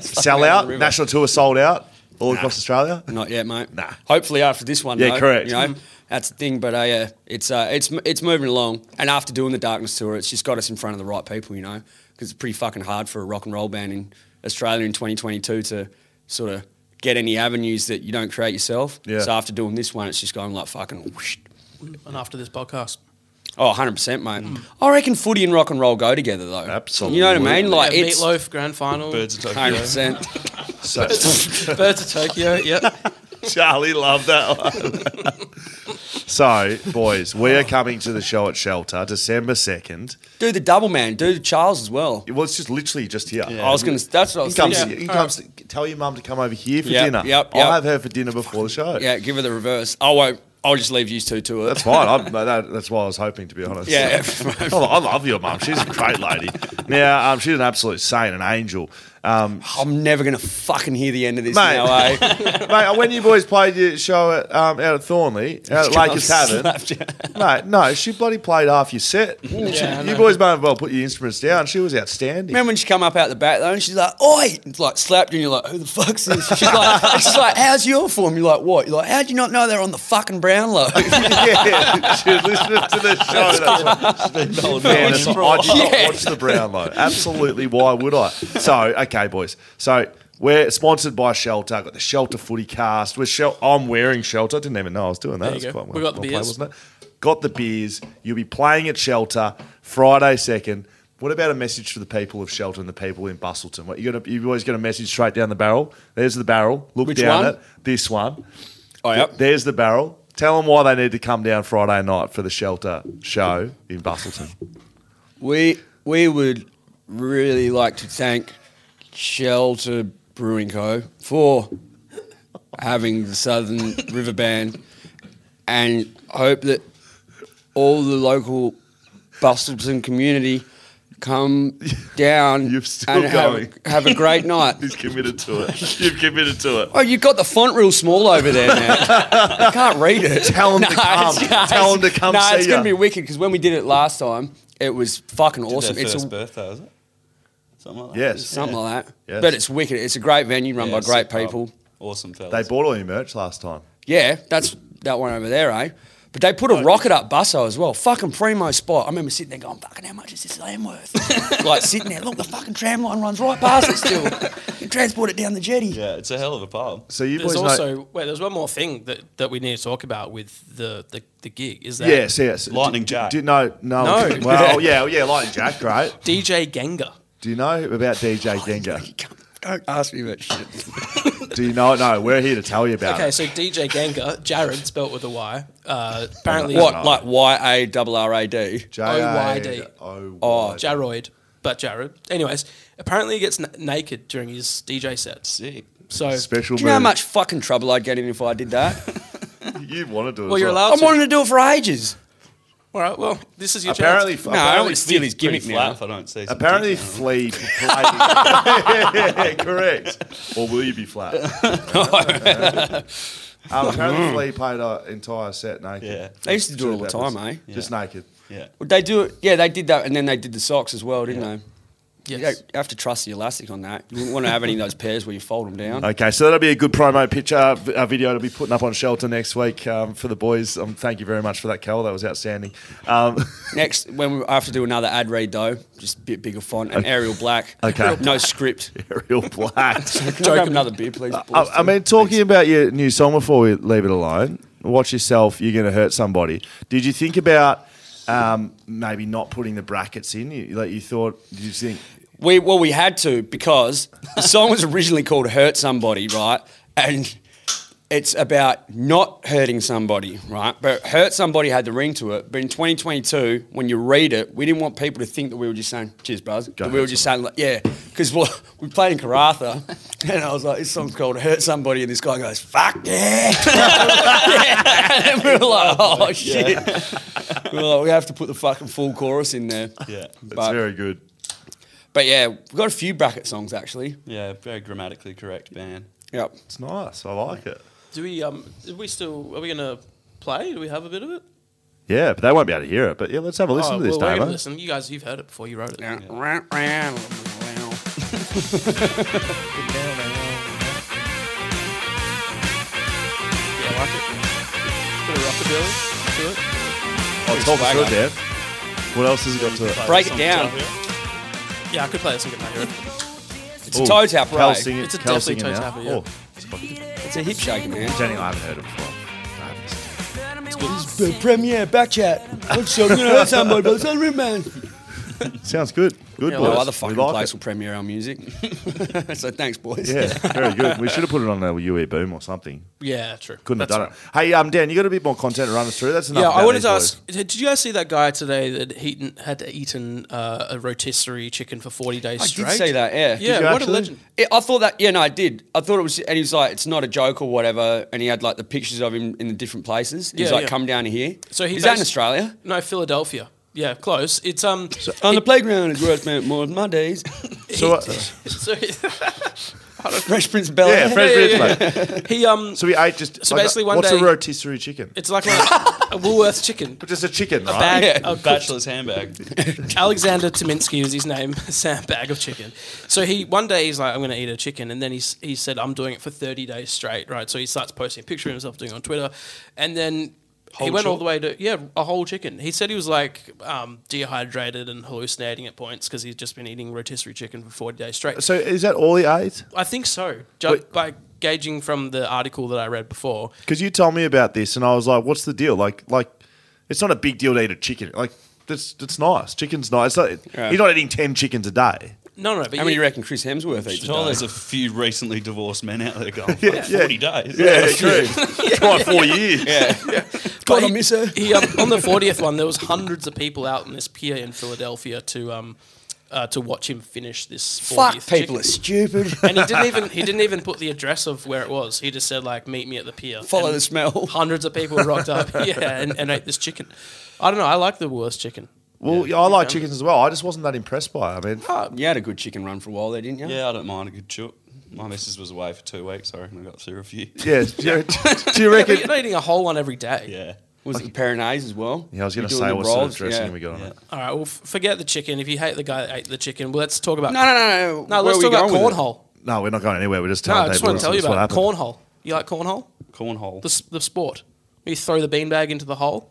[SPEAKER 3] Sell out. National tour sold out all across Australia.
[SPEAKER 4] Not yet, mate.
[SPEAKER 3] Nah.
[SPEAKER 4] Hopefully after this one.
[SPEAKER 3] Yeah,
[SPEAKER 4] though,
[SPEAKER 3] correct.
[SPEAKER 4] You know, that's the thing. But uh, yeah, it's uh, it's it's moving along. And after doing the Darkness tour, it's just got us in front of the right people. You know, because it's pretty fucking hard for a rock and roll band in Australia in 2022 to sort of get any avenues that you don't create yourself.
[SPEAKER 3] Yeah.
[SPEAKER 4] So after doing this one, it's just going like fucking. Whoosh.
[SPEAKER 1] it. and after this podcast,
[SPEAKER 4] Oh, 100%, mate. I reckon footy and rock and roll go together, though.
[SPEAKER 3] Absolutely.
[SPEAKER 4] You know what I mean? Like,
[SPEAKER 1] yeah,
[SPEAKER 4] it's
[SPEAKER 1] meatloaf grand final.
[SPEAKER 5] Birds of Tokyo.
[SPEAKER 4] 100%.
[SPEAKER 3] So,
[SPEAKER 1] Birds of Tokyo. Yep.
[SPEAKER 3] Charlie loved that one. so, boys, we are coming to the show at Shelter December 2nd.
[SPEAKER 4] do the double man. Do the Charles as well.
[SPEAKER 3] Well, it's just literally just here.
[SPEAKER 4] I was going to... That's what I
[SPEAKER 3] He
[SPEAKER 4] was
[SPEAKER 3] comes,
[SPEAKER 4] thinking.
[SPEAKER 3] he comes tell your mum to come over here for
[SPEAKER 4] Yep,
[SPEAKER 3] dinner.
[SPEAKER 4] yep,
[SPEAKER 3] I'll
[SPEAKER 4] yep.
[SPEAKER 3] have her for dinner before the show.
[SPEAKER 4] Yeah, give her the reverse. I won't. I'll just leave you two to it.
[SPEAKER 3] That's fine. I'm, that, that's why I was hoping, to be honest.
[SPEAKER 4] Yeah.
[SPEAKER 3] I lo- I love your mum. She's a great lady. Now, um, she's an absolute saint, an angel. Um,
[SPEAKER 4] I'm never gonna fucking hear the end of this
[SPEAKER 3] Mate.
[SPEAKER 4] now, eh?
[SPEAKER 3] mate, when you boys played your show at, um, out at Thornley, out at Lakers Tavern, mate, no, she bloody played half your set.
[SPEAKER 1] Yeah, I
[SPEAKER 3] you
[SPEAKER 1] know.
[SPEAKER 3] boys may as well put your instruments down. She was outstanding.
[SPEAKER 4] Remember when she come up out the back though, and she's like, "Oi!" It's like slapped you, and you're like, "Who the fuck's this?" She's like, "She's like, how's your form?" You're like, "What?" You're like, "How do you not know they're on the fucking Brownlow?"
[SPEAKER 3] yeah, she was listening to the show. That's
[SPEAKER 5] No,
[SPEAKER 3] Man,
[SPEAKER 5] no,
[SPEAKER 3] I did
[SPEAKER 5] no.
[SPEAKER 3] not
[SPEAKER 4] Yeah.
[SPEAKER 3] watch the Brownlow. Absolutely, why would I? So, okay, boys. So we're sponsored by Shelter. Got the Shelter Footy Cast. We're shel- I'm wearing Shelter. I didn't even know I was doing that.
[SPEAKER 1] There you
[SPEAKER 3] That's
[SPEAKER 1] go.
[SPEAKER 3] quite
[SPEAKER 1] We got the
[SPEAKER 3] played,
[SPEAKER 1] beers.
[SPEAKER 3] wasn't it? Got the beers. You'll be playing at Shelter Friday second. What about a message for the people of Shelter and the people in Bustleton? What you got? You always got a message straight down the barrel. There's the barrel. Look
[SPEAKER 4] Which
[SPEAKER 3] down
[SPEAKER 4] one?
[SPEAKER 3] it. This one.
[SPEAKER 4] oh
[SPEAKER 3] Th- There's the barrel. Tell them why they need to come down Friday night for the Shelter show in Bustleton.
[SPEAKER 4] We we would really like to thank Shelter Brewing Co. for having the Southern River Band, and hope that all the local Bustleton community come down
[SPEAKER 3] You're still
[SPEAKER 4] and have
[SPEAKER 3] going.
[SPEAKER 4] a, have a great night.
[SPEAKER 3] He's committed to it. You've committed to it.
[SPEAKER 4] Oh, you got the font real small over there now. I can't read it.
[SPEAKER 3] Tell 'em to come.
[SPEAKER 4] it's-
[SPEAKER 3] Tell 'em to come
[SPEAKER 4] No, it's
[SPEAKER 3] see
[SPEAKER 4] gonna
[SPEAKER 3] ya.
[SPEAKER 4] be wicked because when we did it last time, it was fucking awesome.
[SPEAKER 5] Their
[SPEAKER 4] It's
[SPEAKER 5] first
[SPEAKER 4] a,
[SPEAKER 5] birthday, is it? Something like that.
[SPEAKER 3] Yes.
[SPEAKER 4] something like that.
[SPEAKER 3] Yes.
[SPEAKER 4] But it's wicked. It's a great venue run
[SPEAKER 5] Yeah,
[SPEAKER 4] by great
[SPEAKER 5] sick pub.
[SPEAKER 4] people.
[SPEAKER 5] Awesome
[SPEAKER 3] They
[SPEAKER 5] fellas.
[SPEAKER 3] bought all your merch last time.
[SPEAKER 4] Yeah, that's that one over there, eh? But they put a rocket up Busso as well. Fucking primo spot. I remember sitting there going, fucking how much is this land worth? like sitting there, look, the fucking tram line runs right past it still. You're transport it down the jetty.
[SPEAKER 5] Yeah, it's a hell of a pub.
[SPEAKER 3] So you
[SPEAKER 1] There's
[SPEAKER 3] boys know-
[SPEAKER 1] also wait. There's one more thing that, that we need to talk about with the, the, the gig. Is that
[SPEAKER 3] yes, yes.
[SPEAKER 5] Lightning
[SPEAKER 3] do,
[SPEAKER 5] Jack.
[SPEAKER 3] Do, do, no, no.
[SPEAKER 1] No.
[SPEAKER 3] Well, yeah, yeah, Lightning Jack, great.
[SPEAKER 1] DJ Genga?
[SPEAKER 3] Do you know about DJ Genga?
[SPEAKER 4] Don't ask me about shit.
[SPEAKER 3] Do you know? No, we're here to tell you about
[SPEAKER 1] Okay,
[SPEAKER 3] it.
[SPEAKER 1] so DJ Genga, Jared spelt with a Y. Uh, apparently,
[SPEAKER 4] What, like Y A double R A D?
[SPEAKER 3] J
[SPEAKER 1] OYD.
[SPEAKER 3] A O Y
[SPEAKER 4] Oh,
[SPEAKER 3] D.
[SPEAKER 1] Jaroid, but Jared. Anyways, apparently he gets n- naked during his DJ sets.
[SPEAKER 5] Sick.
[SPEAKER 1] So
[SPEAKER 3] Special
[SPEAKER 4] Do you know how
[SPEAKER 3] move.
[SPEAKER 4] much fucking trouble I'd get in if I did that?
[SPEAKER 3] you wanted to.
[SPEAKER 1] Well, you're allowed
[SPEAKER 4] I
[SPEAKER 1] to.
[SPEAKER 4] wanted to do it for ages.
[SPEAKER 1] All right. Well, this is your
[SPEAKER 3] Apparently,
[SPEAKER 1] chance.
[SPEAKER 4] No, I don't
[SPEAKER 3] apparently,
[SPEAKER 4] want to steal his
[SPEAKER 5] Pretty
[SPEAKER 4] gimmick
[SPEAKER 5] flat
[SPEAKER 4] now.
[SPEAKER 5] if I don't see. some
[SPEAKER 3] apparently
[SPEAKER 5] teeth now.
[SPEAKER 3] Flea played. yeah, correct. Or will you be flat? um, apparently, Flea played an entire set naked.
[SPEAKER 5] Yeah.
[SPEAKER 4] They used to do it all the
[SPEAKER 3] Two
[SPEAKER 4] time, eh?
[SPEAKER 3] peppers. Just naked.
[SPEAKER 5] Yeah.
[SPEAKER 4] Would they do it? Yeah, they did that, and then they did the socks as well, didn't they?
[SPEAKER 1] Yes.
[SPEAKER 4] You don't- you have to trust the elastic on that. You wouldn't want to have any of those pairs where you fold them down.
[SPEAKER 3] Okay, so that'll be a good promo picture v- uh, video to be putting up on Shelter next week um, for the boys. Um, thank you very much for that, Cal. That was outstanding. Um,
[SPEAKER 4] Next, when we, I have to do another ad read though, just a bit bigger font and Arial Black.
[SPEAKER 3] Okay.
[SPEAKER 4] No script.
[SPEAKER 3] real black.
[SPEAKER 4] Can I have another beer, please?
[SPEAKER 3] I, I mean, talking about your new song before we leave it alone. Watch yourself. You're going to hurt somebody. Did you think about um, maybe not putting the brackets in? You, like you thought? Did you think?
[SPEAKER 4] We well, we had to because the song was originally called "Hurt Somebody," right? And it's about not hurting somebody, right? But "Hurt Somebody" had the ring to it. But in 2022, when you read it, we didn't want people to think that we were just saying "Cheers, bros." That we were just saying, like, "Yeah," because well, we played in Karatha, and I was like, "This song's called "Hurt Somebody," and this guy goes, "Fuck yeah!" Yeah. And we were like, "Oh shit!" We were like, "We have to put the fucking full chorus in there."
[SPEAKER 5] Yeah.
[SPEAKER 3] That's
[SPEAKER 4] But-
[SPEAKER 3] very good.
[SPEAKER 4] But yeah, we've got a few bracket songs actually.
[SPEAKER 5] Yeah, very grammatically correct band.
[SPEAKER 4] Yep.
[SPEAKER 3] It's nice. I like it.
[SPEAKER 1] Do we um? Do we still? Are we gonna play? Do we have a bit of it?
[SPEAKER 3] Yeah, but they won't be able to hear it. But yeah, let's have a listen
[SPEAKER 1] Oh,
[SPEAKER 3] to this,
[SPEAKER 1] well, we're
[SPEAKER 3] Damo.
[SPEAKER 1] gonna listen. You guys, you've heard it before. You wrote it.
[SPEAKER 4] Oh,
[SPEAKER 1] Yeah, I like it. Bit of rockabilly to it.
[SPEAKER 3] Oh, it's all good there. What else has it got to it?
[SPEAKER 4] Break it down.
[SPEAKER 1] Yeah, I could play this on guitar hero.
[SPEAKER 4] It's a toe tap,
[SPEAKER 3] Cal
[SPEAKER 4] right?
[SPEAKER 3] sing it-
[SPEAKER 1] It's a
[SPEAKER 3] Cal
[SPEAKER 1] definitely
[SPEAKER 3] sing it
[SPEAKER 1] toe
[SPEAKER 3] now.
[SPEAKER 1] tapper, yeah.
[SPEAKER 3] Oh, it's fucking-
[SPEAKER 4] It's a hip shake, man.
[SPEAKER 3] Jenny, I haven't heard it before. I haven't listened.
[SPEAKER 4] The premiere back chat. What's so good on somebody, but it's on the man.
[SPEAKER 3] Sounds good. Good
[SPEAKER 1] Yeah,
[SPEAKER 3] boys.
[SPEAKER 1] well,
[SPEAKER 4] No other
[SPEAKER 3] We
[SPEAKER 4] fucking
[SPEAKER 3] like
[SPEAKER 4] place
[SPEAKER 3] it.
[SPEAKER 4] will premiere our music. so thanks, boys.
[SPEAKER 3] Yeah, very good. We should have put it on a UE boom or something.
[SPEAKER 1] Yeah, true.
[SPEAKER 3] Couldn't
[SPEAKER 1] That's
[SPEAKER 3] have done it. Hey, um, Dan, you got a bit more content to run us through. That's enough.
[SPEAKER 1] Yeah,
[SPEAKER 3] about
[SPEAKER 1] I wanted
[SPEAKER 3] these
[SPEAKER 1] to
[SPEAKER 3] boys.
[SPEAKER 1] ask: Did you guys see that guy today that he had eaten uh, a rotisserie chicken for forty days
[SPEAKER 4] I
[SPEAKER 1] straight?
[SPEAKER 4] did see that, yeah.
[SPEAKER 1] Yeah,
[SPEAKER 3] you
[SPEAKER 1] what
[SPEAKER 3] actually?
[SPEAKER 1] a legend!
[SPEAKER 4] Yeah, I thought that, yeah, no, I did. I thought it was, and he was like, it's not a joke or whatever. And he had like the pictures of him in the different places. He's
[SPEAKER 1] Yeah,
[SPEAKER 4] like,
[SPEAKER 1] yeah.
[SPEAKER 4] come down here.
[SPEAKER 1] So he
[SPEAKER 4] Is that in
[SPEAKER 1] based-
[SPEAKER 4] Australia?
[SPEAKER 1] No, Philadelphia. Yeah, close. It's um.
[SPEAKER 4] On the playground is where I spent more of my days.
[SPEAKER 3] So, uh,
[SPEAKER 1] so
[SPEAKER 4] Fresh Prince of Bel
[SPEAKER 3] yeah, French
[SPEAKER 1] yeah, yeah,
[SPEAKER 3] bread, mate.
[SPEAKER 1] he um.
[SPEAKER 3] So we ate just.
[SPEAKER 1] So
[SPEAKER 3] like,
[SPEAKER 1] basically one
[SPEAKER 3] what's
[SPEAKER 1] day-
[SPEAKER 3] a rotisserie chicken?
[SPEAKER 1] It's like one of- a Woolworth chicken.
[SPEAKER 3] But just a chicken, right?
[SPEAKER 1] Bag
[SPEAKER 4] Yeah.
[SPEAKER 1] of cooked
[SPEAKER 5] Bachelor's handbag.
[SPEAKER 1] Alexander Tominsky was his name, Sam Bag of Chicken. So he one day he's like, I'm going to eat a chicken, and then he s- he said, I'm doing it for 30 days straight, right? So he starts posting a picture of himself doing it on Twitter, and then he
[SPEAKER 5] Whole
[SPEAKER 1] went all
[SPEAKER 5] chick-
[SPEAKER 1] the way to yeah, a whole chicken. He said he was like um, dehydrated and hallucinating at points because he'd just been eating rotisserie chicken for 40 days straight.
[SPEAKER 3] So is that all he ate?
[SPEAKER 1] I think so, ju-
[SPEAKER 3] Wait.
[SPEAKER 1] by gauging from the article that I read before.
[SPEAKER 3] Because you told me about this, and I was like, "What's the deal? Like, like, it's not a big deal to eat a chicken. Like, that's it's nice. Chicken's nice. It's not,
[SPEAKER 4] Yeah.
[SPEAKER 3] You're not eating ten chickens a day.
[SPEAKER 1] No, no, but
[SPEAKER 4] How many
[SPEAKER 1] you-
[SPEAKER 4] you reckon Chris Hemsworth eats? a
[SPEAKER 5] Sure,
[SPEAKER 4] day?
[SPEAKER 5] there's a few recently divorced men out there going, "Fuck, 40 days.
[SPEAKER 3] true. Try four years. Yeah,
[SPEAKER 1] But
[SPEAKER 4] God, I
[SPEAKER 1] he-
[SPEAKER 4] miss her.
[SPEAKER 1] he, um, on the fortieth one, there was hundreds of people out on this pier in Philadelphia to um, uh, to watch him finish this. 40th
[SPEAKER 4] Fuck, people
[SPEAKER 1] chicken.
[SPEAKER 4] are stupid.
[SPEAKER 1] and he didn't even he didn't even put the address of where it was. He just said like, "Meet me at the pier."
[SPEAKER 4] Follow
[SPEAKER 1] And
[SPEAKER 4] the smell.
[SPEAKER 1] Hundreds of people rocked up, yeah, and, and ate this chicken. I don't know. I like the worst chicken.
[SPEAKER 3] Well, yeah, I like chickens as well. I just wasn't that impressed by it. I mean,
[SPEAKER 4] You had a good chicken run for a while there, didn't you?
[SPEAKER 5] Yeah, I don't mind a good chook. My missus was away for two weeks. I reckon I got through a few.
[SPEAKER 3] yeah. Do you, do you
[SPEAKER 1] Yeah, but
[SPEAKER 3] reckon?
[SPEAKER 1] you're not eating a whole one every day.
[SPEAKER 5] Yeah.
[SPEAKER 4] Was it the Peronaise as well?
[SPEAKER 3] Yeah, I was going
[SPEAKER 4] You
[SPEAKER 3] to
[SPEAKER 4] doing
[SPEAKER 3] say
[SPEAKER 4] the
[SPEAKER 3] what sort of
[SPEAKER 4] rolls?
[SPEAKER 3] dressing
[SPEAKER 4] Yeah.
[SPEAKER 3] we got on
[SPEAKER 5] Yeah.
[SPEAKER 3] it.
[SPEAKER 1] All right. Well, f- forget the chicken. If you hate the guy that ate the chicken, well, let's talk about
[SPEAKER 4] No, no, no, no.
[SPEAKER 1] no.
[SPEAKER 4] Where
[SPEAKER 1] Let's talk
[SPEAKER 4] were you
[SPEAKER 1] about
[SPEAKER 4] going with it?
[SPEAKER 1] cornhole.
[SPEAKER 3] No, we're not going anywhere. We're just
[SPEAKER 1] No,
[SPEAKER 3] telling
[SPEAKER 1] I just
[SPEAKER 3] people
[SPEAKER 1] want to tell you
[SPEAKER 3] this is what
[SPEAKER 1] about it.
[SPEAKER 3] happened.
[SPEAKER 1] cornhole. You like cornhole?
[SPEAKER 5] Cornhole.
[SPEAKER 1] the, s- the sport. You throw the beanbag into the hole.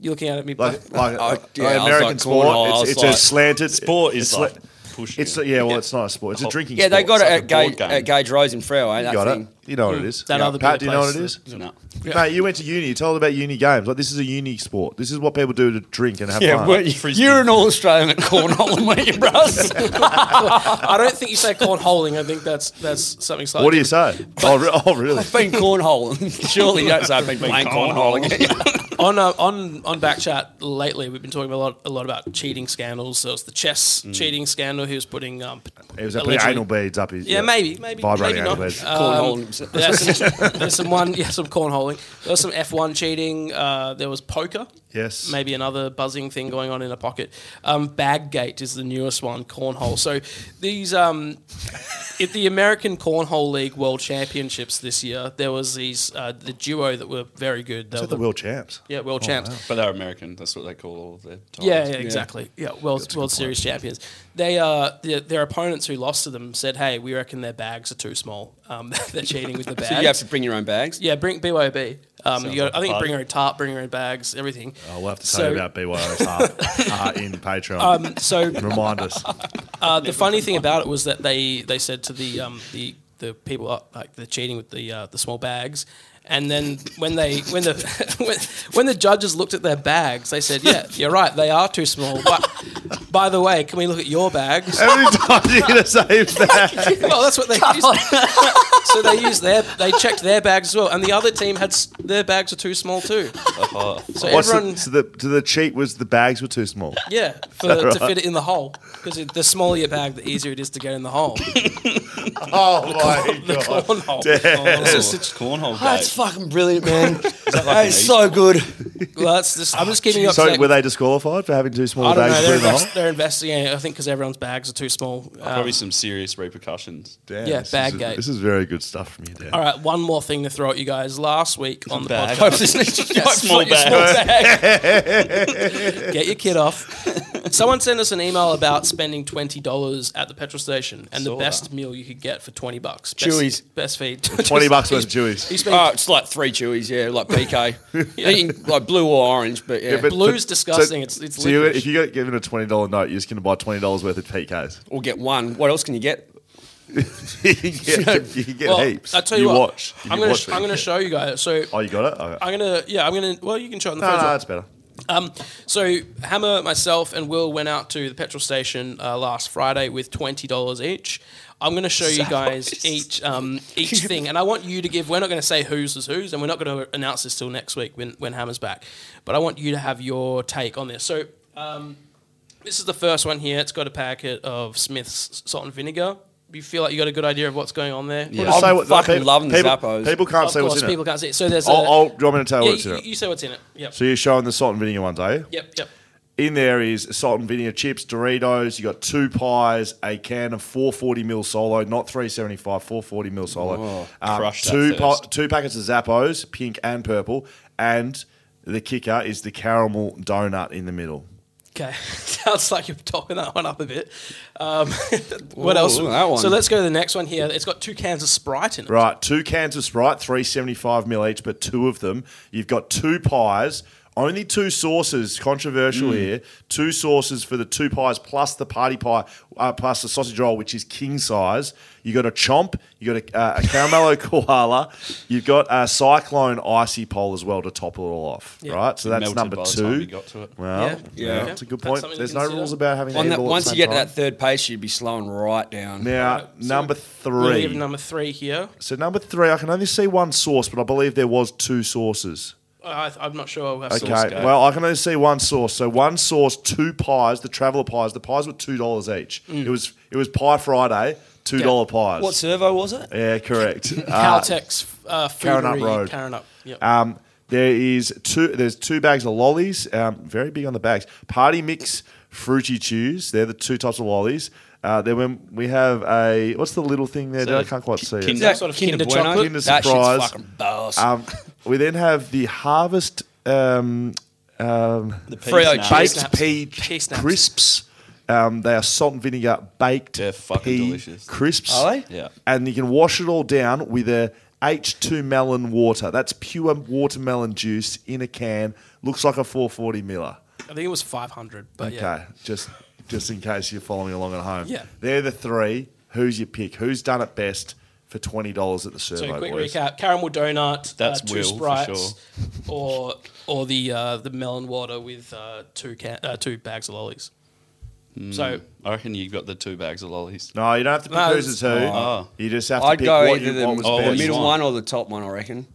[SPEAKER 1] You're looking at me.
[SPEAKER 3] Like,
[SPEAKER 1] Like,
[SPEAKER 3] like,
[SPEAKER 4] Oh,
[SPEAKER 3] like
[SPEAKER 4] yeah, I was
[SPEAKER 3] American
[SPEAKER 4] like,
[SPEAKER 3] sport,
[SPEAKER 4] cornhole,
[SPEAKER 3] it's,
[SPEAKER 4] I was
[SPEAKER 3] it's a
[SPEAKER 4] like- Oh.
[SPEAKER 3] slanted
[SPEAKER 5] Sport is
[SPEAKER 3] it's
[SPEAKER 5] like pushing.
[SPEAKER 3] It's
[SPEAKER 5] it.
[SPEAKER 3] yeah, well, it's not a sport. It's a drinking.
[SPEAKER 4] Yeah, they
[SPEAKER 3] sport.
[SPEAKER 4] got it
[SPEAKER 3] It's
[SPEAKER 4] at,
[SPEAKER 3] like a board
[SPEAKER 4] Gage,
[SPEAKER 3] game.
[SPEAKER 4] at Gage Rose in Freo, eh? That
[SPEAKER 3] You got
[SPEAKER 4] thing.
[SPEAKER 3] it. You know what it is.
[SPEAKER 1] That
[SPEAKER 3] Yeah.
[SPEAKER 1] other
[SPEAKER 3] Pat, do
[SPEAKER 1] bit
[SPEAKER 3] you
[SPEAKER 1] of
[SPEAKER 3] know what
[SPEAKER 1] place
[SPEAKER 3] it is?
[SPEAKER 5] no.
[SPEAKER 3] Mate, you went to uni. Tell us about uni games. Like this is a uni sport. This is what people do to drink and have
[SPEAKER 4] Yeah,
[SPEAKER 3] fun.
[SPEAKER 4] weren't you,
[SPEAKER 5] Frisbee.
[SPEAKER 4] you're an all Australian at Cornhole, weren't you, bros?
[SPEAKER 1] I don't think you say cornholing. I think that's that's something slightly.
[SPEAKER 3] what do you say? oh, re- oh, really?
[SPEAKER 4] I've been cornholing. Surely you don't say I've been playing cornhole again.
[SPEAKER 1] on uh, on on Backchat lately, we've been talking a lot a lot about cheating scandals. So it's the chess
[SPEAKER 3] Mm.
[SPEAKER 1] cheating scandal. He was putting um,
[SPEAKER 3] It was a
[SPEAKER 1] allegedly-
[SPEAKER 3] anal beads up his. uh,
[SPEAKER 1] Yeah, maybe, maybe,
[SPEAKER 3] Vibrating
[SPEAKER 1] maybe
[SPEAKER 3] anal
[SPEAKER 1] not.
[SPEAKER 3] beads.
[SPEAKER 4] Cornholing himself.
[SPEAKER 1] There's some, there's some one, yeah, some cornholing. There was some F1 cheating. Uh, there was poker.
[SPEAKER 3] Yes.
[SPEAKER 1] Maybe another buzzing thing going on in a pocket. Um, Baggate is the newest one. Cornhole. So these um, at the American Cornhole League World Championships this year, there was these uh, the duo that were very good. They
[SPEAKER 3] Is
[SPEAKER 1] were
[SPEAKER 3] that the world champs?
[SPEAKER 1] yeah world champs.
[SPEAKER 5] But they're American. That's what they call all of their titles.
[SPEAKER 4] Oh,
[SPEAKER 1] Yeah, yeah, exactly. Yeah, World, World Series champions. They uh, their, their opponents who lost to them said, "Hey, we reckon their bags are too small. Um, they're cheating with the bags."
[SPEAKER 4] So you have to bring your own bags.
[SPEAKER 1] yeah, bring BYOB. Um, you got,
[SPEAKER 5] like a
[SPEAKER 1] I think
[SPEAKER 5] party.
[SPEAKER 1] bring your own tarp, bring your own bags, everything.
[SPEAKER 3] Oh, we'll have to
[SPEAKER 1] So-
[SPEAKER 3] tell you about BYO's half uh, in Patreon.
[SPEAKER 1] So
[SPEAKER 3] Remind us.
[SPEAKER 1] uh, the funny thing about it was that they they said to the um, the the people uh, like the cheating with the uh, the small bags. And then when they when the when, when the judges looked at their bags, they said, "Yeah, you're right. They are too small." But by the way, can we look at your bags?
[SPEAKER 3] How many times are you going to say that?
[SPEAKER 1] Well, that's what they used. so they used their they checked their bags as well, and the other team had s- their bags were too small too. So
[SPEAKER 3] What's the-
[SPEAKER 1] everyone,
[SPEAKER 3] so the, so the cheat was the bags were too small.
[SPEAKER 1] yeah, for, to fit it in the hole because the smaller your bag, the easier it is to get in the hole.
[SPEAKER 3] Oh my god!
[SPEAKER 1] Cornhole.
[SPEAKER 5] It's
[SPEAKER 1] It's
[SPEAKER 5] just
[SPEAKER 1] just-
[SPEAKER 5] it's cornhole.
[SPEAKER 4] That's
[SPEAKER 5] day.
[SPEAKER 4] fucking brilliant, man.
[SPEAKER 5] like
[SPEAKER 4] that
[SPEAKER 5] an
[SPEAKER 4] is so good.
[SPEAKER 1] well, that's just, I'm just keeping you up to
[SPEAKER 3] So
[SPEAKER 1] date.
[SPEAKER 3] were they disqualified for having too small
[SPEAKER 1] I don't
[SPEAKER 3] bags?
[SPEAKER 1] know.
[SPEAKER 3] to put in
[SPEAKER 1] They're,
[SPEAKER 3] the
[SPEAKER 1] invest-
[SPEAKER 3] hole?
[SPEAKER 1] they're investigating. it, I think because everyone's bags are too small. Um,
[SPEAKER 5] Probably some serious repercussions.
[SPEAKER 3] Damn,
[SPEAKER 1] Yeah,
[SPEAKER 3] this is-
[SPEAKER 1] bag gate.
[SPEAKER 3] This is very good stuff from you, Dan.
[SPEAKER 1] all right, one more thing to throw at you guys. Last week on the
[SPEAKER 5] bag.
[SPEAKER 1] podcast,
[SPEAKER 5] Small bag.
[SPEAKER 4] bag.
[SPEAKER 1] get your kid off. Someone sent us an email about spending twenty dollars at the petrol station and the
[SPEAKER 5] Saw
[SPEAKER 1] best
[SPEAKER 5] that.
[SPEAKER 1] meal you could get for twenty bucks. Best,
[SPEAKER 4] Chewies.
[SPEAKER 1] best feed.
[SPEAKER 3] Twenty bucks worth of Jewies.
[SPEAKER 1] You spend-
[SPEAKER 4] Oh, it's like three chewies, yeah, like PK. Eating like blue or orange, but yeah.
[SPEAKER 3] but-
[SPEAKER 1] Blue's
[SPEAKER 3] but-
[SPEAKER 1] disgusting. It's- it's
[SPEAKER 3] so you,
[SPEAKER 1] licorice.
[SPEAKER 3] if you get given a twenty dollar note, you're just going to buy twenty dollars worth of PKs.
[SPEAKER 4] we'll get one. What else can you get?
[SPEAKER 3] you can get, you can get
[SPEAKER 1] well,
[SPEAKER 3] heaps.
[SPEAKER 1] I tell you, what,
[SPEAKER 3] watch. You
[SPEAKER 1] I'm
[SPEAKER 3] can
[SPEAKER 1] gonna
[SPEAKER 3] watch
[SPEAKER 1] sh- I'm
[SPEAKER 3] it.
[SPEAKER 1] gonna show you guys. So
[SPEAKER 3] Oh, you got it. Okay.
[SPEAKER 1] I'm gonna yeah I'm gonna well you can show it on the
[SPEAKER 3] No,
[SPEAKER 1] first
[SPEAKER 3] no,
[SPEAKER 1] one.
[SPEAKER 3] that's better.
[SPEAKER 1] Um, so Hammer, myself, and Will went out to the petrol station uh, last Friday with twenty dollars each. I'm going to show you guys each um, each thing, and I want you to give. We're not going to say whose is whose, and we're not going to announce this till next week when when Hammer's back. But I want you to have your take on this. So um, this is the first one here. It's got a packet of Smith's salt and vinegar. You feel like you got a good idea of what's going on there?
[SPEAKER 5] Yeah.
[SPEAKER 3] Just say
[SPEAKER 4] I'm
[SPEAKER 3] no,
[SPEAKER 4] fucking
[SPEAKER 3] people-
[SPEAKER 4] loving the
[SPEAKER 3] people,
[SPEAKER 4] Zappos.
[SPEAKER 3] People can't
[SPEAKER 1] Of
[SPEAKER 3] say
[SPEAKER 1] course,
[SPEAKER 3] what's in
[SPEAKER 1] people
[SPEAKER 3] it.
[SPEAKER 1] can't see it. So there's.
[SPEAKER 3] I'll,
[SPEAKER 1] a,
[SPEAKER 3] I'll, do you want me to tell you
[SPEAKER 1] yeah,
[SPEAKER 3] what's in
[SPEAKER 1] you,
[SPEAKER 3] it?
[SPEAKER 1] you say what's in it. Yep.
[SPEAKER 3] so you're showing the salt and vinegar ones, are you?
[SPEAKER 1] Yep. Yep.
[SPEAKER 3] In there is salt and vinegar chips, Doritos. You got two pies, a can of 440 mil solo, not 375, 440 mil solo. Um,
[SPEAKER 5] crush that
[SPEAKER 3] two
[SPEAKER 5] thirst.
[SPEAKER 3] two packets of Zappos, pink and purple, and the kicker is the caramel donut in the middle.
[SPEAKER 1] Okay, sounds like you're topping that one up a bit. Um, what
[SPEAKER 4] Ooh,
[SPEAKER 1] else?
[SPEAKER 4] look at that one.
[SPEAKER 1] So let's go to the next one here. It's got two cans of Sprite in it.
[SPEAKER 3] Right, two cans of Sprite, 375 mil each, but two of them. You've got two pies, only two sauces, controversial here. Two sauces for the two pies plus the party pie, uh, plus the sausage roll, which is king size. you got a chomp, you got a, uh, a caramello koala, you've got a cyclone icy pole as well to top it all off, right? So that's
[SPEAKER 5] melted
[SPEAKER 3] number
[SPEAKER 5] by the
[SPEAKER 3] two.
[SPEAKER 5] time you got to it.
[SPEAKER 3] Well,
[SPEAKER 1] Yeah.
[SPEAKER 3] yeah,
[SPEAKER 1] Yeah.
[SPEAKER 3] that's a good
[SPEAKER 1] That's
[SPEAKER 3] point.
[SPEAKER 1] something to
[SPEAKER 3] There's no
[SPEAKER 1] consider.
[SPEAKER 3] rules about having
[SPEAKER 4] On
[SPEAKER 3] to eat
[SPEAKER 4] that,
[SPEAKER 3] all at
[SPEAKER 4] once
[SPEAKER 3] the
[SPEAKER 4] you
[SPEAKER 3] same
[SPEAKER 4] get to
[SPEAKER 3] time.
[SPEAKER 4] that third pace, you'd be slowing right down.
[SPEAKER 3] Now, number
[SPEAKER 1] We'll
[SPEAKER 3] three.
[SPEAKER 1] leave number three here.
[SPEAKER 3] So number three, I can only see one source, but I believe there was two sources.
[SPEAKER 1] I, I'm not sure. We'll have
[SPEAKER 3] Okay,
[SPEAKER 1] sauce.
[SPEAKER 5] guy.
[SPEAKER 3] well I can only see one source. So one source, two pies, the traveller pies. The pies were two dollars each. It was it was Pie Friday, two dollar pies.
[SPEAKER 4] What servo was it?
[SPEAKER 3] yeah, correct. Uh,
[SPEAKER 1] Caltex uh, Foodery,
[SPEAKER 3] Karanup Road.
[SPEAKER 1] Karanup, Yep.
[SPEAKER 3] um, there is two. There's two bags of lollies. Um, very big on the bags. Party mix, fruity chews. They're the two types of lollies. Uh, then when we have a what's the little thing there?
[SPEAKER 5] So
[SPEAKER 3] I can't quite see it.
[SPEAKER 5] kin-
[SPEAKER 1] That sort of Kinder chocolate?
[SPEAKER 3] Kinder
[SPEAKER 4] that
[SPEAKER 3] Surprise.
[SPEAKER 4] shit's fucking boss.
[SPEAKER 3] Um, we then have the harvest um, um,
[SPEAKER 5] The
[SPEAKER 4] Freo
[SPEAKER 5] peas now.
[SPEAKER 1] Pea
[SPEAKER 3] baked
[SPEAKER 1] snaps.
[SPEAKER 3] pea
[SPEAKER 1] Pea snaps.
[SPEAKER 3] crisps. Um, they are salt and vinegar baked
[SPEAKER 5] They're fucking
[SPEAKER 3] pea
[SPEAKER 5] delicious.
[SPEAKER 3] crisps.
[SPEAKER 4] Are they?
[SPEAKER 5] Yeah.
[SPEAKER 3] And you can wash it all down with a H2 melon water. That's pure watermelon juice in a can. Looks like a 440 miller.
[SPEAKER 1] I think it was 500, but
[SPEAKER 3] Okay,
[SPEAKER 1] yeah.
[SPEAKER 3] just just in case you're following along at home.
[SPEAKER 1] Yeah.
[SPEAKER 3] They're the three. Who's your pick? Who's done it best for $20 at the servo,
[SPEAKER 1] So quick
[SPEAKER 3] boys?
[SPEAKER 1] recap: caramel donut,
[SPEAKER 5] That's
[SPEAKER 1] uh, two
[SPEAKER 5] Will, for
[SPEAKER 1] sprites, or or the uh, the melon water with uh, two can- uh, two bags of lollies.
[SPEAKER 5] Hmm.
[SPEAKER 1] So
[SPEAKER 5] I reckon you got the two bags of lollies.
[SPEAKER 3] No, you don't have to pick
[SPEAKER 1] No,
[SPEAKER 3] who's is who.
[SPEAKER 5] Oh.
[SPEAKER 3] You just have to
[SPEAKER 4] I'd
[SPEAKER 3] pick
[SPEAKER 4] go
[SPEAKER 3] what,
[SPEAKER 4] either
[SPEAKER 3] you,
[SPEAKER 4] the,
[SPEAKER 3] what was
[SPEAKER 5] oh,
[SPEAKER 4] the
[SPEAKER 3] best.
[SPEAKER 4] middle one or the top one. I reckon.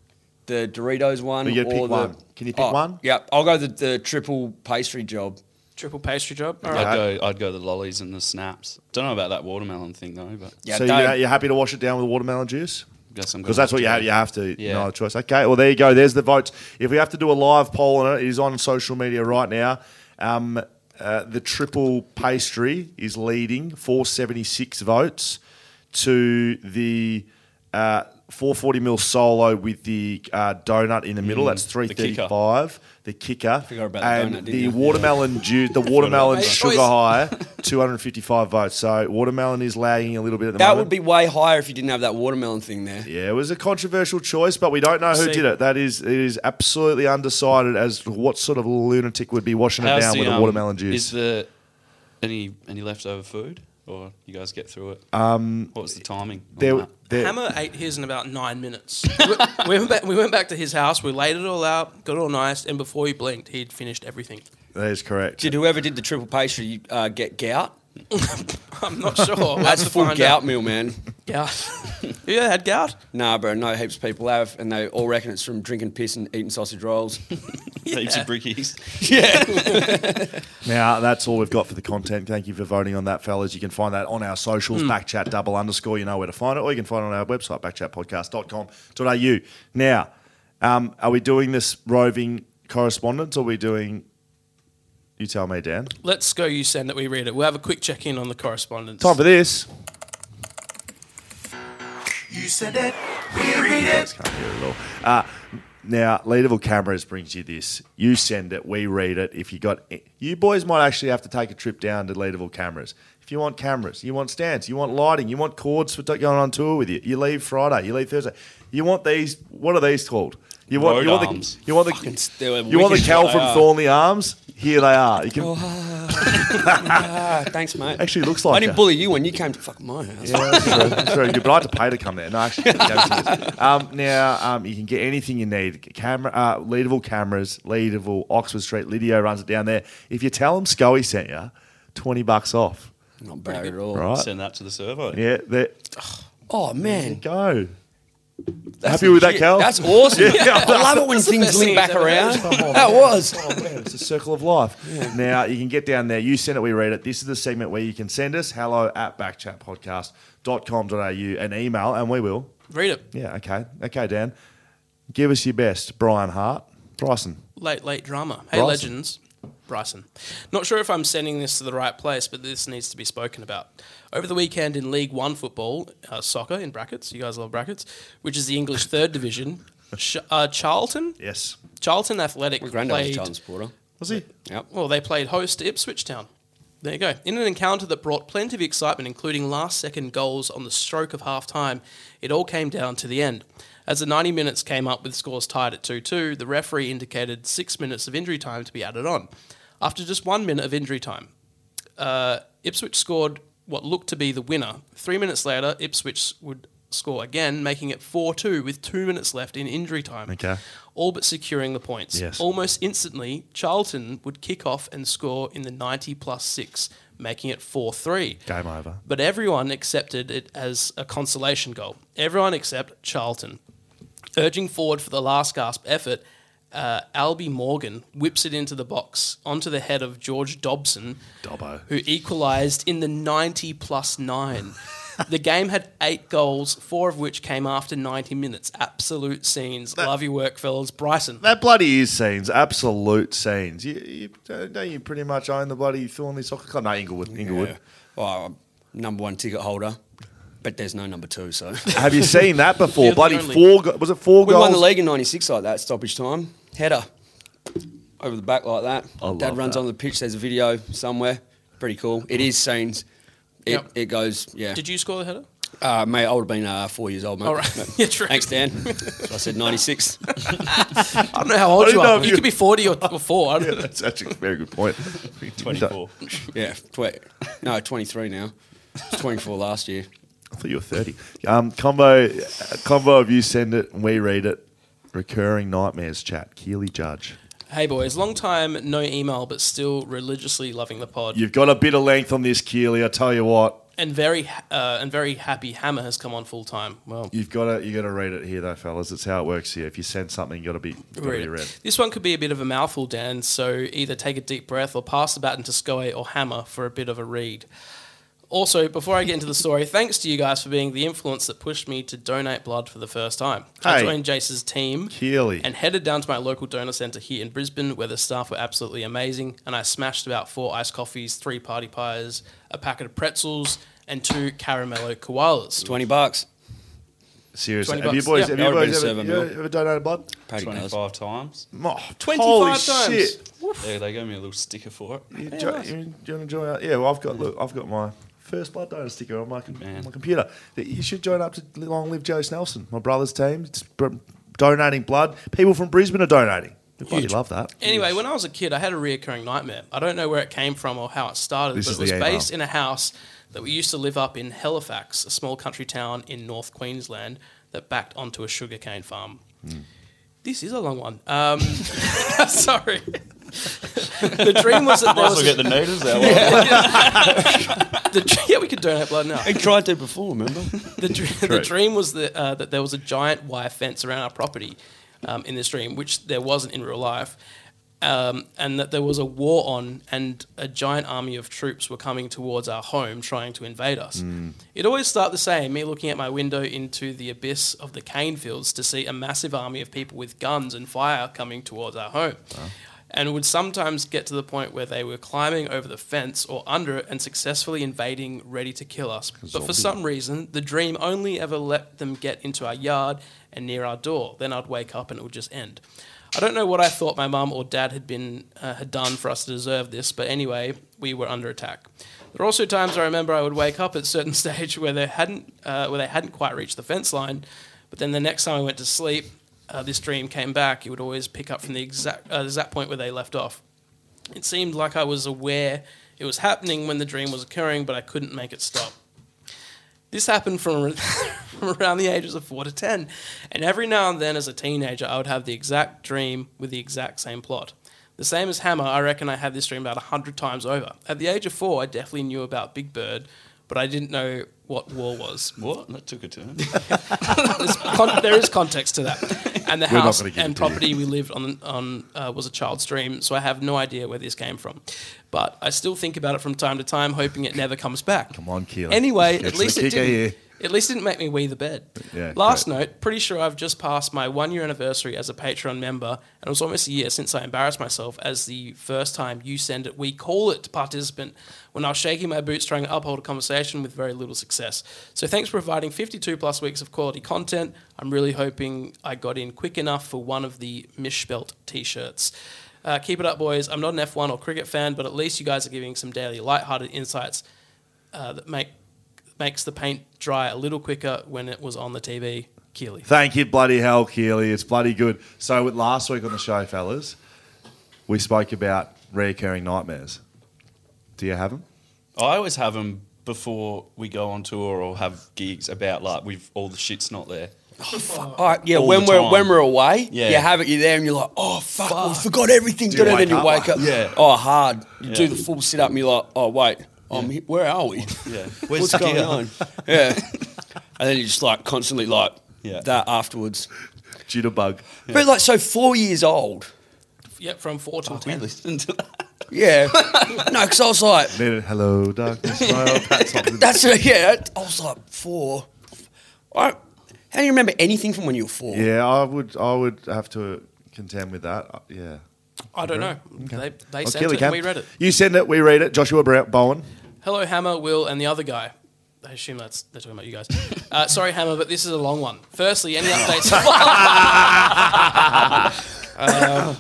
[SPEAKER 4] The Doritos one
[SPEAKER 3] But you
[SPEAKER 4] or
[SPEAKER 3] pick
[SPEAKER 4] the.
[SPEAKER 3] one. Can you pick
[SPEAKER 4] one?
[SPEAKER 3] one?
[SPEAKER 4] Yeah, I'll go the, the triple pastry job.
[SPEAKER 1] triple pastry job. All right.
[SPEAKER 5] I'd go, I'd go the lollies and the snaps. Don't know about that watermelon thing though, but
[SPEAKER 4] Yeah,
[SPEAKER 3] so
[SPEAKER 4] don't-
[SPEAKER 3] you're, you're happy to wash it down with watermelon juice?
[SPEAKER 5] guess I'm gonna
[SPEAKER 3] Because that's what
[SPEAKER 5] to
[SPEAKER 3] you
[SPEAKER 5] do
[SPEAKER 3] have,
[SPEAKER 5] it.
[SPEAKER 3] you have to.
[SPEAKER 5] Yeah.
[SPEAKER 3] No other choice. Okay. Well, there you go. There's the votes. If we have to do a live poll on it, it is on social media right now. Um, uh, the triple pastry is leading 476 votes to the uh, 440 mil solo with the uh, donut in the middle. That's
[SPEAKER 5] the kicker.
[SPEAKER 3] 335. The kicker.
[SPEAKER 4] Forgot about the
[SPEAKER 3] and
[SPEAKER 4] donut, didn't
[SPEAKER 3] the
[SPEAKER 4] you?
[SPEAKER 3] watermelon juice, the watermelon
[SPEAKER 1] about that.
[SPEAKER 3] sugar
[SPEAKER 1] Boys.
[SPEAKER 3] high, 255 votes. So watermelon is lagging a little bit at the
[SPEAKER 4] That
[SPEAKER 3] moment.
[SPEAKER 4] would be way higher if you didn't have that watermelon thing there.
[SPEAKER 3] Yeah, it was a controversial choice, but we don't know who
[SPEAKER 1] See-
[SPEAKER 3] did it. That is, it is absolutely undecided as to what sort of lunatic would be washing it
[SPEAKER 5] How's
[SPEAKER 3] down
[SPEAKER 5] the,
[SPEAKER 3] with a
[SPEAKER 5] um,
[SPEAKER 3] watermelon juice.
[SPEAKER 5] Is there any any leftover food, or you guys get through it? what was the timing? on
[SPEAKER 3] Um, There,
[SPEAKER 5] that?
[SPEAKER 3] there-
[SPEAKER 1] Hammer ate his in about nine minutes. we, we went back, we went back to his house. We laid it all out, got it all nice, and before he blinked, he'd finished everything.
[SPEAKER 3] that is correct.
[SPEAKER 4] Did whoever did the triple pastry uh, get gout?
[SPEAKER 1] I'm not sure. We'll
[SPEAKER 4] That's
[SPEAKER 1] have to
[SPEAKER 4] full
[SPEAKER 1] find
[SPEAKER 4] gout
[SPEAKER 1] out.
[SPEAKER 4] meal, man.
[SPEAKER 1] Gout. yeah, had gout.
[SPEAKER 4] Nah, bro, no heaps of people have, and they all reckon it's from drinking piss and eating sausage rolls.
[SPEAKER 5] Heaps of brickies.
[SPEAKER 3] Now that's all we've got for the content. Thank you for voting on that, fellas. You can find that on our socials,
[SPEAKER 5] Hmm.
[SPEAKER 3] backchat double underscore. You know where to find it, or you can find it on our website, backchatpodcast.com.au. Now, um, are we doing this roving correspondence or are we doing you tell me, Dan?
[SPEAKER 1] Let's go. You send that we read it. We'll have a quick check in on the correspondence.
[SPEAKER 3] Time for this.
[SPEAKER 6] You said it, we read
[SPEAKER 3] Guys can't hear it at all. Uh, now, Leaderville Cameras brings you this. You send it, we read it. If you got, you boys might actually have to take a trip down to Leaderville Cameras. If you want cameras, you want stands, you want lighting, you want cords for going on tour with you. You leave Friday, you leave Thursday. You want these? What are these called? You want,
[SPEAKER 5] Road
[SPEAKER 3] you want
[SPEAKER 5] arms.
[SPEAKER 3] the you want
[SPEAKER 4] Fucking s-
[SPEAKER 3] the
[SPEAKER 4] they were
[SPEAKER 3] you want the
[SPEAKER 4] wicked.
[SPEAKER 3] cow from
[SPEAKER 4] They are. Oh,
[SPEAKER 3] Thornley Arms? Here they are. You can
[SPEAKER 4] ah, thanks, mate.
[SPEAKER 3] Actually, it looks like
[SPEAKER 4] I didn't
[SPEAKER 3] a-
[SPEAKER 4] bully you when you came to fuck my house.
[SPEAKER 3] Yeah, that's true. That's true. Good, But I had to pay to come there. No, actually, it was yours. um, now um, you can get anything you need. Camera, uh, Leaderville cameras, Leaderville, Oxford Street. Lydio runs it down there. If you tell them Scoey sent you, twenty bucks off.
[SPEAKER 4] Not bad at all.
[SPEAKER 3] Right?
[SPEAKER 5] Send that to the servo.
[SPEAKER 3] Yeah, there
[SPEAKER 4] Oh man,
[SPEAKER 3] go.
[SPEAKER 4] That's
[SPEAKER 3] Happy with that,
[SPEAKER 4] legit.
[SPEAKER 3] Cal?
[SPEAKER 4] That's awesome.
[SPEAKER 3] Yeah.
[SPEAKER 4] I love it when
[SPEAKER 1] the
[SPEAKER 4] things
[SPEAKER 1] best
[SPEAKER 4] link
[SPEAKER 1] thing
[SPEAKER 4] back
[SPEAKER 1] he's ever
[SPEAKER 4] around.
[SPEAKER 1] had.
[SPEAKER 4] that was.
[SPEAKER 3] Man, it's a circle of life. Now, you can get down there. You send it, we read it. This is the segment where you can send us hello at backchatpodcast.com.au an email, and we will.
[SPEAKER 1] Read it.
[SPEAKER 3] Yeah, okay. Okay, Dan. Give us your best, Brian Hart. Bryson.
[SPEAKER 1] late late drama. Hey
[SPEAKER 3] Bryson.
[SPEAKER 1] legends, Bryson. Not sure if I'm sending this to the right place, but this needs to be spoken about. Over the weekend in League One football, uh, soccer in brackets. You guys love brackets, which is the English third division. Sh- uh, Charlton,
[SPEAKER 3] Yes.
[SPEAKER 1] Charlton Athletic
[SPEAKER 4] My granddad was a
[SPEAKER 1] played.
[SPEAKER 4] Charlton supporter.
[SPEAKER 3] Was he?
[SPEAKER 4] Yep.
[SPEAKER 1] Well, they played host to Ipswich Town. There you go. In an encounter that brought plenty of excitement, including last second goals on the stroke of half time, it all came down to the end. As the 90 minutes came up with scores tied at 2 2, the referee indicated six minutes of injury time to be added on. After just one minute of injury time, uh, Ipswich scored what looked to be the winner. Three minutes later, Ipswich would score again, making it 4 2 with two minutes left in injury time.
[SPEAKER 3] Okay.
[SPEAKER 1] All but securing the points.
[SPEAKER 3] Yes.
[SPEAKER 1] Almost instantly, Charlton would kick off and score in the 90 plus 6, making it 4 3.
[SPEAKER 3] Game over.
[SPEAKER 1] But everyone accepted it as a consolation goal. Everyone except Charlton. Urging forward for the last gasp effort, uh, Albie Morgan whips it into the box onto the head of George Dobson,
[SPEAKER 3] Dobbo.
[SPEAKER 1] who equalised in the 90 plus 9. the game had eight goals, four of which came after 90 minutes. Absolute scenes. Love your work, fellas. Bryson.
[SPEAKER 3] That bloody is scenes, absolute scenes. You, you don't don't you pretty much own the bloody Thornley Soccer Club? No, Inglewood, Inglewood.
[SPEAKER 4] Oh, I'm number one ticket holder, but there's no number two, so.
[SPEAKER 3] Have you seen that before?
[SPEAKER 1] You're the
[SPEAKER 3] bloody
[SPEAKER 1] only-
[SPEAKER 3] four. Go- was it four
[SPEAKER 4] We
[SPEAKER 3] goals?
[SPEAKER 4] won the league in '96 like that, stoppage time header over the back like that.
[SPEAKER 3] I love
[SPEAKER 4] Dad runs
[SPEAKER 3] that.
[SPEAKER 4] on the pitch. There's a video somewhere. Pretty cool. It is scenes. It,
[SPEAKER 1] Yep.
[SPEAKER 4] it goes. Yeah.
[SPEAKER 1] Did you score the header?
[SPEAKER 4] Uh, mate, I would have been uh, four years old, mate.
[SPEAKER 1] All right. Yeah, true.
[SPEAKER 4] Thanks, Dan. So I said 96.
[SPEAKER 1] I don't know how old
[SPEAKER 3] didn't
[SPEAKER 1] you
[SPEAKER 3] know
[SPEAKER 1] are.
[SPEAKER 3] if
[SPEAKER 1] but You
[SPEAKER 3] you-
[SPEAKER 1] could be 40 or, or 4. I don't know.
[SPEAKER 3] That's actually a very good point.
[SPEAKER 5] 24.
[SPEAKER 4] yeah, tw- no, 23 now. It's 24 last year.
[SPEAKER 3] I thought you were 30. Um, combo, uh, combo of you send it and we read it. Recurring nightmares chat. Keely Judge.
[SPEAKER 1] Hey, boys. Long time no email, but still religiously loving the pod.
[SPEAKER 3] You've got a bit of length on this, Keely. I tell you what,
[SPEAKER 1] And very uh, and very happy Hammer has come on full time. Well,
[SPEAKER 3] you've got to you got to read it here, though, fellas. It's how it works here. If you send something, you got to be got to
[SPEAKER 1] read
[SPEAKER 3] be
[SPEAKER 1] it.
[SPEAKER 3] read.
[SPEAKER 1] This one could be a bit of a mouthful, Dan. So either take a deep breath or pass the baton to Skoe or Hammer for a bit of a read. Also, before I get into the story, thanks to you guys for being the influence that pushed me to donate blood for the first time. I
[SPEAKER 3] Hey.
[SPEAKER 1] joined Jace's team
[SPEAKER 3] Keely.
[SPEAKER 1] and headed down to my local donor centre here in Brisbane, where the staff were absolutely amazing. And I smashed about four iced coffees, three party pies, a packet of pretzels, and two caramello koalas.
[SPEAKER 4] 20 bucks.
[SPEAKER 3] Seriously,
[SPEAKER 1] 20
[SPEAKER 3] have you
[SPEAKER 1] bucks.
[SPEAKER 3] boys, have
[SPEAKER 1] Yeah.
[SPEAKER 4] That
[SPEAKER 3] you
[SPEAKER 4] would've been
[SPEAKER 3] boys ever,
[SPEAKER 4] seven
[SPEAKER 3] you
[SPEAKER 4] mil.
[SPEAKER 3] ever donated blood?
[SPEAKER 4] Paddy does.
[SPEAKER 5] 25 times.
[SPEAKER 3] Oh,
[SPEAKER 1] 25
[SPEAKER 3] holy
[SPEAKER 1] times.
[SPEAKER 3] shit!
[SPEAKER 5] Yeah, they gave me a little sticker for it.
[SPEAKER 3] You, jo- you, do you want to join up? Yeah, well, I've got look, I've got my first blood donor sticker on my, com-
[SPEAKER 5] Man.
[SPEAKER 3] my computer. You should join up to Long Live Joe Snelson, my brother's team. It's br- donating blood. People from Brisbane are donating. They bloody love that.
[SPEAKER 1] Anyway, when I was a kid, I had a reoccurring nightmare. I don't know where it came from or how it started,
[SPEAKER 3] This
[SPEAKER 1] but
[SPEAKER 3] is
[SPEAKER 1] it was
[SPEAKER 3] the email.
[SPEAKER 1] based in a house that we used to live up in Halifax, a small country town in North Queensland that backed onto a sugarcane farm.
[SPEAKER 3] Hmm.
[SPEAKER 1] This is a long one. Um, sorry. the dream was that there
[SPEAKER 5] Might as well
[SPEAKER 1] was
[SPEAKER 5] get the natives out. while I'm
[SPEAKER 1] the dr- yeah we could donate blood now.
[SPEAKER 4] He tried to before, remember?
[SPEAKER 1] The, dr- the dream was that uh, that there was a giant wire fence around our property um, in this dream, which there wasn't in real life, um, and that there was a war on, and a giant army of troops were coming towards our home, trying to invade us. It always started the same: me looking at my window into the abyss of the cane fields to see a massive army of people with guns and fire coming towards our home. And would sometimes get to the point where they were climbing over the fence or under it and successfully invading, ready to kill us. But for some reason, the dream only ever let them get into our yard and near our door. Then I'd wake up and it would just end. I don't know what I thought my mum or dad had been uh, had done for us to deserve this, but anyway, we were under attack. There are also times I remember I would wake up at a certain stage where they hadn't uh, where they hadn't quite reached the fence line, but then the next time I went to sleep, uh, this dream came back. It would always pick up from the exact uh, exact point where they left off. It seemed like I was aware it was happening when the dream was occurring, but I couldn't make it stop. This happened from, from around the ages of four to ten, and every now and then, as a teenager, I would have the exact dream with the exact same plot. The same as Hammer, I reckon I had this dream about a hundred times over. At the age of four, I definitely knew about Big Bird, but I didn't know what war was.
[SPEAKER 5] What? That took a turn.
[SPEAKER 1] There's con- there is context to that. And the
[SPEAKER 3] not
[SPEAKER 1] house
[SPEAKER 3] gonna give
[SPEAKER 1] and
[SPEAKER 3] it to you.
[SPEAKER 1] property we lived on on uh, was a child's dream, so I have no idea where this came from. But I still think about it from time to time, hoping it never comes back. Come
[SPEAKER 3] on, Keelan.
[SPEAKER 1] Anyway,
[SPEAKER 3] It's
[SPEAKER 1] at
[SPEAKER 3] the
[SPEAKER 1] least it
[SPEAKER 3] kicker
[SPEAKER 1] didn't.
[SPEAKER 3] here.
[SPEAKER 1] At least it didn't make me wee the bed.
[SPEAKER 3] Yeah,
[SPEAKER 1] Last
[SPEAKER 3] correct.
[SPEAKER 1] note, pretty sure I've just passed my one year anniversary as a Patreon member, and it was almost a year since I embarrassed myself as the first time you send it, we call it participant, when I was shaking my boots trying to uphold a conversation with very little success. So thanks for providing 52 plus weeks of quality content. I'm really hoping I got in quick enough for one of the misspelt t shirts. Uh, keep it up, boys. I'm not an F1 or cricket fan, but at least you guys are giving some daily lighthearted insights uh, that make makes the paint dry a little quicker when it was on the TV. Keely.
[SPEAKER 3] Thank you, bloody hell, Keely. It's bloody good. So, with last week on the show, fellas, we spoke about reoccurring nightmares. Do you have them?
[SPEAKER 5] I always have them before we go on tour or have gigs about like we've all the shit's not there.
[SPEAKER 4] All right, yeah,
[SPEAKER 5] All
[SPEAKER 4] when
[SPEAKER 5] the
[SPEAKER 4] we're
[SPEAKER 5] time.
[SPEAKER 4] when we're away,
[SPEAKER 5] Yeah.
[SPEAKER 4] you have it, you're there, and you're like, oh fuck, we forgot everything. da-da,"
[SPEAKER 3] wake
[SPEAKER 4] then you
[SPEAKER 3] up,
[SPEAKER 4] wake up,
[SPEAKER 5] yeah.
[SPEAKER 4] oh hard. You do
[SPEAKER 5] Yeah.
[SPEAKER 4] the full sit up, and you're like, oh wait, I'm he- where are we?
[SPEAKER 5] Yeah. Where's
[SPEAKER 4] What's
[SPEAKER 5] the
[SPEAKER 4] going
[SPEAKER 5] gear?
[SPEAKER 4] on? Yeah, and then you just like constantly like
[SPEAKER 5] Yeah.
[SPEAKER 4] that afterwards.
[SPEAKER 3] Jitterbug.
[SPEAKER 4] But like, so four years old.
[SPEAKER 1] Yep, from four
[SPEAKER 4] Oh,
[SPEAKER 1] till
[SPEAKER 5] Oh, We
[SPEAKER 1] ten.
[SPEAKER 5] listened to that.
[SPEAKER 4] Yeah, no, because I was like,
[SPEAKER 3] Minute, hello, darkness. smile, Pat's not in-
[SPEAKER 4] that's a, yeah. I was like four. I, how do you remember anything from when you were four?
[SPEAKER 3] yeah, I would, I would have to contend with that. Uh, Yeah.
[SPEAKER 1] I don't know. They, they
[SPEAKER 3] Oh,
[SPEAKER 1] sent
[SPEAKER 3] Keely
[SPEAKER 1] it.
[SPEAKER 3] can.
[SPEAKER 1] and We read it.
[SPEAKER 3] You send it, we read it. Joshua Brown Bowen.
[SPEAKER 1] Hello, Hammer, Will, and the other guy. I assume that's they're talking about you guys. Uh, sorry, Hammer, but this is a long one. Firstly, any updates? Um,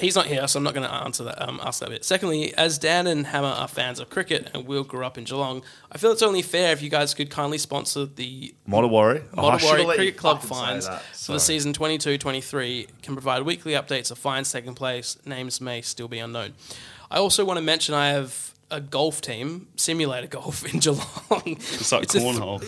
[SPEAKER 1] he's not here, so I'm not going to answer that. Um, ask that bit. Secondly, as Dan and Hammer are fans of cricket and Will grew up in Geelong, I feel it's only fair if you guys could kindly sponsor the
[SPEAKER 3] Modern Warrior. Oh,
[SPEAKER 1] Modern Warrior Cricket Club fines for the season 22-23 can provide weekly updates of fines taking place. Names may still be unknown. I also want to mention I have a golf team, simulator golf in Geelong. It's
[SPEAKER 5] like
[SPEAKER 1] a th-
[SPEAKER 5] cornhole.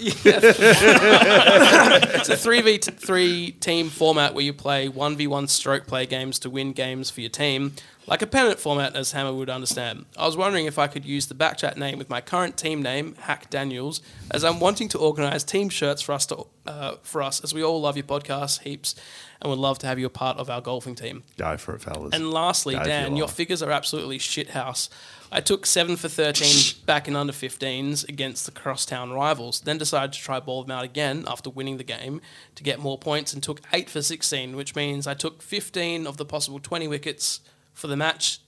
[SPEAKER 1] it's a three v three team format where you play one v one stroke play games to win games for your team, like a pennant format, as Hammer would understand. I was wondering if I could use the backchat name with my current team name, Hack Daniels, as I'm wanting to organise team shirts for us to uh, for us, as we all love your podcast heaps, and would love to have you a part of our golfing team.
[SPEAKER 3] Go for it, fellas.
[SPEAKER 1] And lastly,
[SPEAKER 3] Go for
[SPEAKER 1] Dan,
[SPEAKER 3] your
[SPEAKER 1] your
[SPEAKER 3] life.
[SPEAKER 1] figures are absolutely shithouse. I took seven for thirteen back in under 15s against the crosstown rivals, then decided to try ball them out again after winning the game to get more points, and took eight for 16, which means I took 15 of the possible 20 wickets for the match.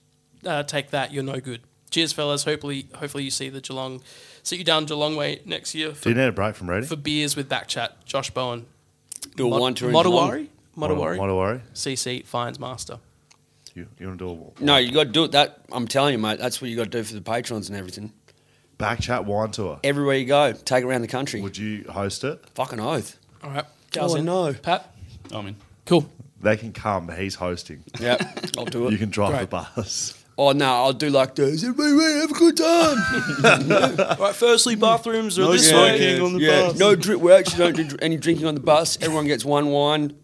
[SPEAKER 1] Uh, take that, you're no good. Cheers, fellas. Hopefully, hopefully you see the Geelong, see you down Geelong way next year
[SPEAKER 3] Do
[SPEAKER 1] for,
[SPEAKER 3] you need a break from reading?
[SPEAKER 1] for beers with backchat. Josh Bowen,
[SPEAKER 4] Do a one to
[SPEAKER 1] Modawari,
[SPEAKER 3] Modern Modern
[SPEAKER 1] Modawari,
[SPEAKER 3] Warrior.
[SPEAKER 1] CC Fines Master.
[SPEAKER 3] You, you want to do a wall?
[SPEAKER 4] No, you got to do it. That I'm telling you, mate. That's what you got to do for the patrons and everything.
[SPEAKER 3] back chat wine tour?
[SPEAKER 4] Everywhere you go, take around the country.
[SPEAKER 3] Would you host it?
[SPEAKER 4] Fucking oath.
[SPEAKER 1] All right,
[SPEAKER 4] Oh,
[SPEAKER 1] in.
[SPEAKER 4] no.
[SPEAKER 1] Pat,
[SPEAKER 5] I mean,
[SPEAKER 1] cool.
[SPEAKER 3] They can come, but he's hosting.
[SPEAKER 4] Yeah, I'll do it.
[SPEAKER 3] You can drive
[SPEAKER 1] Great.
[SPEAKER 3] the bus.
[SPEAKER 4] Oh no, I'll do like this. Everybody have a good time.
[SPEAKER 1] Right, firstly, bathrooms are
[SPEAKER 5] No
[SPEAKER 1] this
[SPEAKER 5] smoking.
[SPEAKER 1] way.
[SPEAKER 5] Drinking on the bus.
[SPEAKER 4] No drink. We actually don't do dr- any drinking on the bus. Everyone gets one wine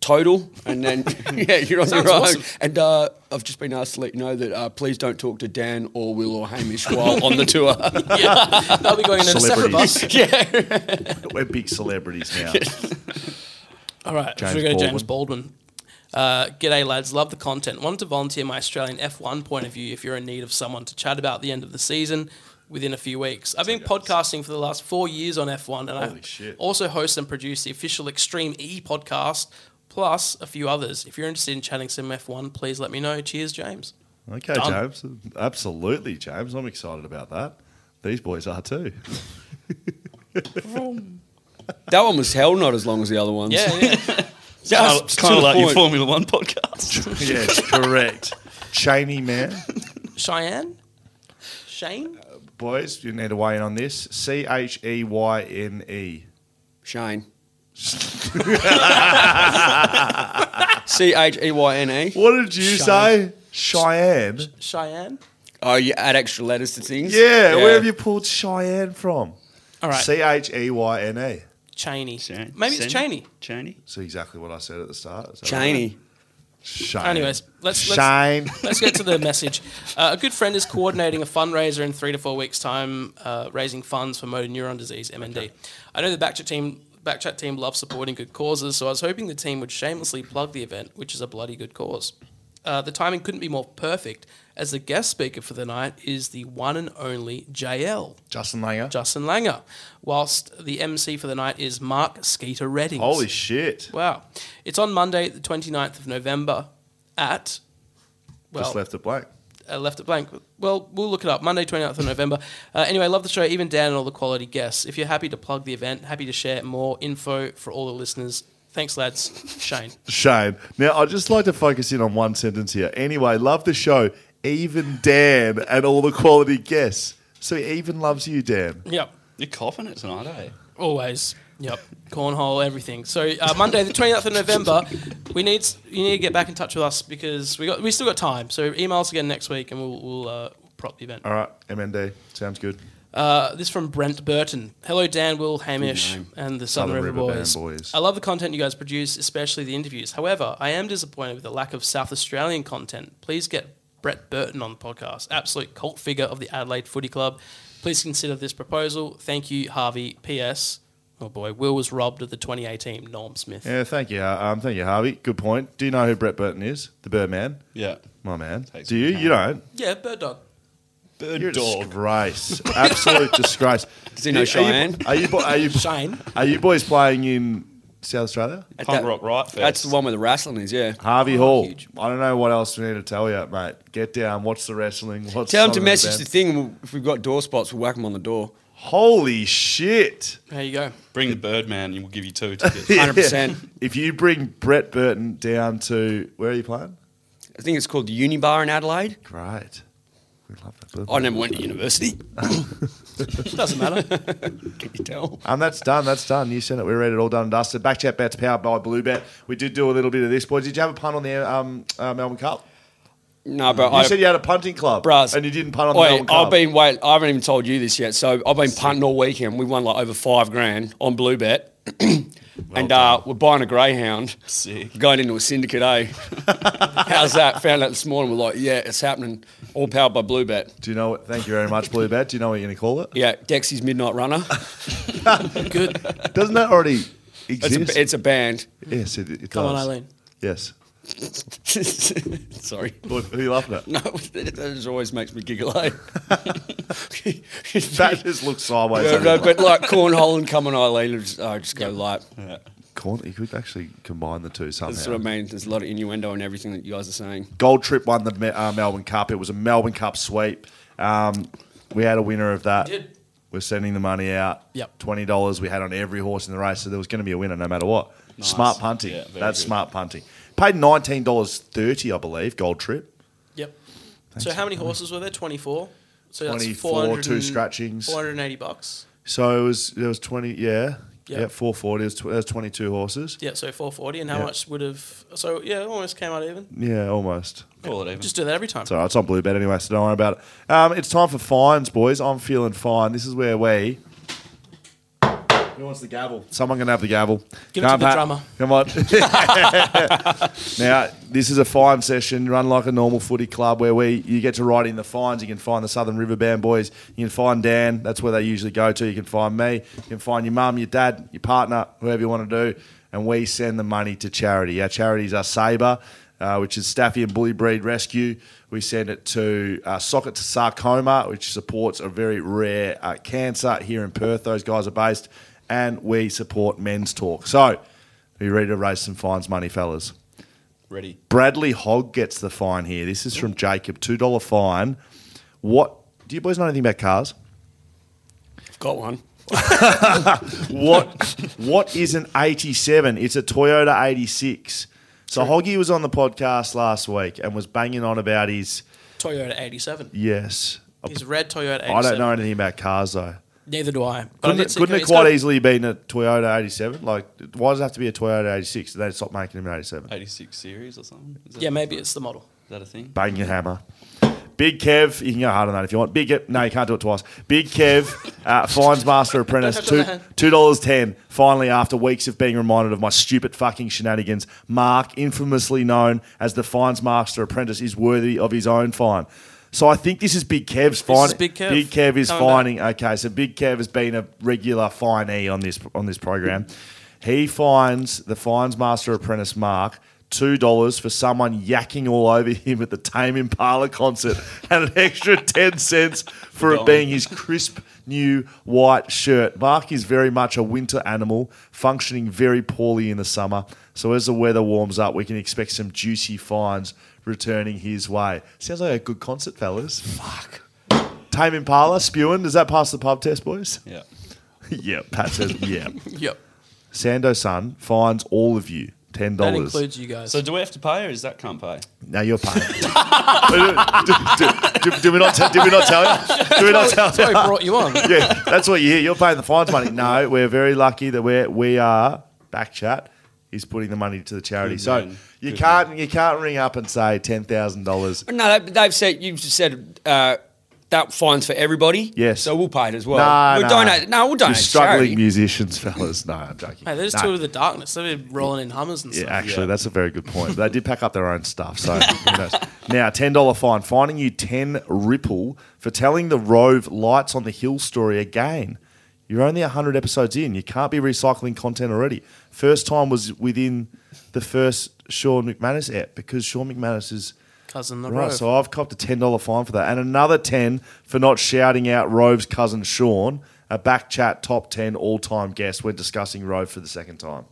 [SPEAKER 4] total, and then yeah, you're on
[SPEAKER 1] Sounds
[SPEAKER 4] your own.
[SPEAKER 1] awesome.
[SPEAKER 4] And uh, I've just been asked to let you know that uh, please don't talk to Dan or Will or Hamish while on the tour.
[SPEAKER 1] Yeah, they'll be going in a separate bus.
[SPEAKER 3] Celebrities.
[SPEAKER 4] yeah,
[SPEAKER 3] We're big celebrities now.
[SPEAKER 1] All right,
[SPEAKER 3] James
[SPEAKER 1] so we go to
[SPEAKER 3] Baldwin.
[SPEAKER 1] James Baldwin. Uh, G'day, lads. Love the content. Wanted to volunteer my Australian F1 point of view if you're in need of someone to chat about the end of the season within a few weeks. I've been podcasting for the last four years on F1, and I
[SPEAKER 3] Holy shit.
[SPEAKER 1] also host and produce the official Extreme E podcast, plus a few others. If you're interested in chatting some F1, please let me know. Cheers, James.
[SPEAKER 3] Okay,
[SPEAKER 1] Done.
[SPEAKER 3] James. Absolutely, James. I'm excited about that. These boys are too.
[SPEAKER 4] that one was hell not as long as the other ones.
[SPEAKER 1] Yeah, yeah.
[SPEAKER 5] it's kind of like your Formula One podcast.
[SPEAKER 3] yes, correct. Cheney man.
[SPEAKER 1] Cheyenne? Shane?
[SPEAKER 3] Boys, you need to weigh in on this. C H E Y N E.
[SPEAKER 4] Shane. C H E Y N E.
[SPEAKER 3] What did you
[SPEAKER 1] Cheyenne.
[SPEAKER 3] say? Cheyenne.
[SPEAKER 1] Cheyenne?
[SPEAKER 4] Oh, you add extra letters to things.
[SPEAKER 3] Yeah, where have you pulled Cheyenne from?
[SPEAKER 1] All right.
[SPEAKER 3] C H E Y N E.
[SPEAKER 1] Cheney. Maybe it's Cheney.
[SPEAKER 5] Cheney.
[SPEAKER 3] It's exactly what I said at the start. Is that
[SPEAKER 4] Cheney.
[SPEAKER 3] right? Shane.
[SPEAKER 1] Anyways, let's- let's-
[SPEAKER 3] Shane.
[SPEAKER 1] Let's get to the message. Uh, a good friend is coordinating a fundraiser in three to four weeks' time, uh, raising funds for motor neuron disease (MND). I know the Backchat team. Backchat team loves supporting good causes, so I was hoping the team would shamelessly plug the event, which is a bloody good cause. Uh, the timing couldn't be more perfect, as the guest speaker for the night is the one and only JL
[SPEAKER 3] Justin Langer.
[SPEAKER 1] Justin Langer, whilst the MC for the night is Mark Skeeter Reddings.
[SPEAKER 3] Holy shit.
[SPEAKER 1] Wow. It's on Monday, the 29th of November at. Well,
[SPEAKER 3] Just left it blank.
[SPEAKER 1] uh, left it blank. Well, we'll look it up. Monday, 29th of November. Uh, anyway, love the show, even Dan and all the quality guests. If you're happy to plug the event, happy to share more info for all the listeners. Thanks, lads. Shane.
[SPEAKER 3] Shane. Now, I'd just like to focus in on one sentence here. Anyway, love the show, even Dan and all the quality guests. So he even loves you, Dan.
[SPEAKER 1] Yep.
[SPEAKER 5] You're coughing it tonight, eh?
[SPEAKER 1] Always. Yep. Cornhole, everything. So uh, Monday, the 29th of November, we need you need to get back in touch with us because we got we still got time. So email us again next week and we'll, we'll uh, prop the event.
[SPEAKER 3] All right, MND. Sounds good.
[SPEAKER 1] This from Brent Burton. Hello, Dan, Will, Hamish, and the Southern, River, Boys.
[SPEAKER 3] Band Boys.
[SPEAKER 1] I love the content you guys produce, especially the interviews. However, I am disappointed with the lack of South Australian content. Please get Brett Burton on the podcast, absolute cult figure of the Adelaide Footy Club. Please consider this proposal. Thank you, Harvey. P.S. Oh boy, Will was robbed of the 2018 Norm Smith.
[SPEAKER 3] Yeah, thank you. uh, Um, thank you, Harvey. Good point. Do you know who Brett Burton is? The Birdman?
[SPEAKER 5] Yeah.
[SPEAKER 3] My man.
[SPEAKER 5] Takes
[SPEAKER 3] Do you? You don't.
[SPEAKER 1] Yeah, bird dog.
[SPEAKER 5] Bird
[SPEAKER 3] You're a
[SPEAKER 5] dog.
[SPEAKER 3] disgrace. Absolute disgrace.
[SPEAKER 4] Does he know Cheyenne?
[SPEAKER 3] Are you, bo- are, you, are, you,
[SPEAKER 1] Shane.
[SPEAKER 3] are you boys playing in South Australia?
[SPEAKER 4] At
[SPEAKER 5] Punk
[SPEAKER 4] that-
[SPEAKER 5] Rock Riot Fest.
[SPEAKER 4] That's the one where the wrestling is, yeah.
[SPEAKER 3] Harvey Hall. I don't know what else we need to tell you, mate. Get down, watch the wrestling. Watch
[SPEAKER 4] Tell
[SPEAKER 3] some
[SPEAKER 4] him to
[SPEAKER 3] of the
[SPEAKER 4] message
[SPEAKER 3] band.
[SPEAKER 4] the thing. and we'll- If we've got door spots, we'll whack them on the door.
[SPEAKER 3] Holy shit.
[SPEAKER 1] There you go.
[SPEAKER 5] Bring the Birdman and we'll give you two tickets.
[SPEAKER 4] 100%.
[SPEAKER 3] If you bring Brett Burton down to where are you playing?
[SPEAKER 4] I think it's called the Unibar in Adelaide.
[SPEAKER 3] Great. We love that.
[SPEAKER 4] I never went to university.
[SPEAKER 1] Doesn't matter.
[SPEAKER 4] Can you tell?
[SPEAKER 3] Um, that's done. That's done. You sent it. We're ready. All done and dusted. Backchat bets powered by Bluebet. We did do a little bit of this, boys. Did you have a punt on the um, uh, Melbourne Cup?
[SPEAKER 4] No, bro.
[SPEAKER 3] You
[SPEAKER 4] I,
[SPEAKER 3] said you had a punting club,
[SPEAKER 4] Bros.
[SPEAKER 3] and you didn't punt on the
[SPEAKER 4] Wait,
[SPEAKER 3] Melbourne Cup.
[SPEAKER 4] I've been wait. I haven't even told you this yet. So I've been punting all weekend. We won like over five grand on blue bet, and uh, we're buying a greyhound.
[SPEAKER 5] Sick.
[SPEAKER 4] Going into a syndicate, eh? How's that? Found out this morning. We're like, yeah, it's happening. All powered by blue bet.
[SPEAKER 3] Do you know what? Thank you very much, Bluebet. Do you know what you're going to call it?
[SPEAKER 4] Yeah, Dexy's Midnight Runner.
[SPEAKER 1] Good.
[SPEAKER 3] Doesn't that already
[SPEAKER 4] It's
[SPEAKER 3] exist?
[SPEAKER 4] a, it's a band.
[SPEAKER 3] yes, it, it
[SPEAKER 1] Come on,
[SPEAKER 3] does.
[SPEAKER 1] Eileen.
[SPEAKER 3] Yes.
[SPEAKER 4] Sorry.
[SPEAKER 3] What, who are you laughing at?
[SPEAKER 4] No, that just always makes me giggle. Eh?
[SPEAKER 3] That just looks sideways.
[SPEAKER 4] no, no, but like cornhole and come on, Eileen, I just, I just go like.
[SPEAKER 3] Corn, you could actually combine the two somehow.
[SPEAKER 4] That's what I mean. There's a lot of innuendo in everything that you guys are saying.
[SPEAKER 3] Gold Trip won the Me- uh, Melbourne Cup. It was a Melbourne Cup sweep. Um, we had a winner of that.
[SPEAKER 1] did.
[SPEAKER 3] We're sending the money out.
[SPEAKER 1] Yep.
[SPEAKER 3] Twenty dollars we had on every horse in the race, so there was going to be a winner no matter what. Smart punting.
[SPEAKER 5] Yeah, very
[SPEAKER 3] That's
[SPEAKER 5] good.
[SPEAKER 3] smart punting. Paid nineteen dollars thirty, I believe. Gold Trip.
[SPEAKER 1] Yep. so how many horses were there? Twenty four. So that's
[SPEAKER 3] 24,
[SPEAKER 1] 400
[SPEAKER 3] two scratchings.
[SPEAKER 1] Four hundred and eighty bucks.
[SPEAKER 3] So it was. There was twenty. Yeah.
[SPEAKER 1] Yeah.
[SPEAKER 3] Yeah. Four forty. It was, tw- there was twenty two horses.
[SPEAKER 1] Yeah, so four forty. And how
[SPEAKER 3] Yeah.
[SPEAKER 1] much would have? So yeah, it almost came out even.
[SPEAKER 3] Yeah. Almost.
[SPEAKER 5] Call it even.
[SPEAKER 1] Just do that every time.
[SPEAKER 3] It's all right. It's on blue bet anyway, so don't worry about it. Um, it's time for fines, boys. I'm feeling fine. This is where we. Who wants the gavel? Someone can have the gavel.
[SPEAKER 1] Give it to
[SPEAKER 3] Come
[SPEAKER 1] the
[SPEAKER 3] on,
[SPEAKER 1] drummer.
[SPEAKER 3] Come on. now this is a fine session. Run like a normal footy club where we you get to write in the fines. You can find the Southern River Band boys. You can find Dan. That's where they usually go to. You can find me. You can find your mum, your dad, your partner, whoever you want to do. And we send the money to charity. Our charities are Sabre, uh, which is Staffy and Bully Breed Rescue. We send it to uh, Socket to Sarcoma, which supports a very rare uh, cancer here in Perth. Those guys are based. And we support Men's Talk. So, are you ready to raise some fines money, fellas?
[SPEAKER 5] ready.
[SPEAKER 3] Bradley Hogg gets the fine here. This is from Jacob, two dollar fine. What do you boys know anything about cars?
[SPEAKER 4] I've got one.
[SPEAKER 3] What what is an eighty seven? It's a Toyota eighty six. So Hoggy was on the podcast last week and was banging on about his
[SPEAKER 1] Toyota eighty seven.
[SPEAKER 3] yes.
[SPEAKER 1] His red Toyota eighty seven.
[SPEAKER 3] I don't know anything about cars though.
[SPEAKER 1] Neither do I. But I
[SPEAKER 3] Couldn't
[SPEAKER 1] did
[SPEAKER 3] it,
[SPEAKER 1] see-
[SPEAKER 3] couldn't it
[SPEAKER 1] it's
[SPEAKER 3] quite
[SPEAKER 1] got-
[SPEAKER 3] easily been a Toyota eighty seven? Like why does it have to be a Toyota eighty six? Did they stop making them eighty seven?
[SPEAKER 5] 86 series or something? Is that-
[SPEAKER 1] Yeah, maybe it's the model.
[SPEAKER 5] Is that a thing?
[SPEAKER 3] Bang your hammer. Big Kev, you can go hard on that if you want. Big Kev, no, you can't do it twice. Big Kev, uh, Fines Master Apprentice,
[SPEAKER 1] Don't
[SPEAKER 3] two
[SPEAKER 1] touch that.
[SPEAKER 3] two dollars ten. Finally, after weeks of being reminded of my stupid fucking shenanigans, Mark, infamously known as the Fines Master Apprentice, is worthy of his own fine. So I think this is Big Kev's fine.
[SPEAKER 1] is Big Kev.
[SPEAKER 3] Big Kev is
[SPEAKER 1] Coming back.
[SPEAKER 3] fining. Okay, so Big Kev has been a regular finee on this on this program. He finds the fines master apprentice Mark two dollars for someone yakking all over him at the Tame Impala concert, and an extra ten cents for it being his crisp new white shirt. Mark is very much a winter animal, functioning very poorly in the summer. So as the weather warms up, we can expect some juicy fines returning his way. Sounds like a good concert, fellas. Fuck. Tame Impala spewing. Does that pass the pub test, boys?
[SPEAKER 5] Yeah.
[SPEAKER 3] yeah, Pat says yeah.
[SPEAKER 1] Yep.
[SPEAKER 3] Sando Sun fines all of you ten
[SPEAKER 1] That
[SPEAKER 3] dollars.
[SPEAKER 1] includes you guys.
[SPEAKER 5] So do we have to pay or is that can't pay?
[SPEAKER 3] now you're paying. do, do- do- do we not? T- do we not tell you? Do we not tell
[SPEAKER 1] That's
[SPEAKER 3] you?
[SPEAKER 1] why we brought you on.
[SPEAKER 3] Yeah, that's what you hear. You're paying the fines money. No, we're very lucky that we're we are back chat. Is putting the money to the charity,
[SPEAKER 5] Good
[SPEAKER 3] so
[SPEAKER 5] man.
[SPEAKER 3] you
[SPEAKER 5] Good
[SPEAKER 3] can't you can't ring up and say ten thousand dollars.
[SPEAKER 4] No, they- they've said you've just said uh, that fines for everybody.
[SPEAKER 3] Yes.
[SPEAKER 4] so we'll pay it as well.
[SPEAKER 3] no,
[SPEAKER 4] we'll
[SPEAKER 3] no,
[SPEAKER 4] donate. No, we'll donate.
[SPEAKER 3] You're
[SPEAKER 4] to
[SPEAKER 3] struggling
[SPEAKER 4] charity.
[SPEAKER 3] musicians, fellas. No, I'm joking.
[SPEAKER 1] Hey, they're just
[SPEAKER 3] No.
[SPEAKER 1] two of the darkness. They're rolling in Hummers and
[SPEAKER 3] Yeah,
[SPEAKER 1] stuff.
[SPEAKER 3] actually, that's a very good point. They did pack up their own stuff. So who knows? now, ten dollar fine, finding you ten ripple for telling the Rove Lights on the Hill story again. You're only hundred episodes in. You can't be recycling content already. First time was within the first Sean McManus app because Sean McManus is.
[SPEAKER 1] Cousin the
[SPEAKER 3] Right,
[SPEAKER 1] Rove.
[SPEAKER 3] so I've copped a ten dollar fine for that, and another ten for not shouting out Rove's cousin Sean, a back chat top ten all time guest when discussing Rove for the second time.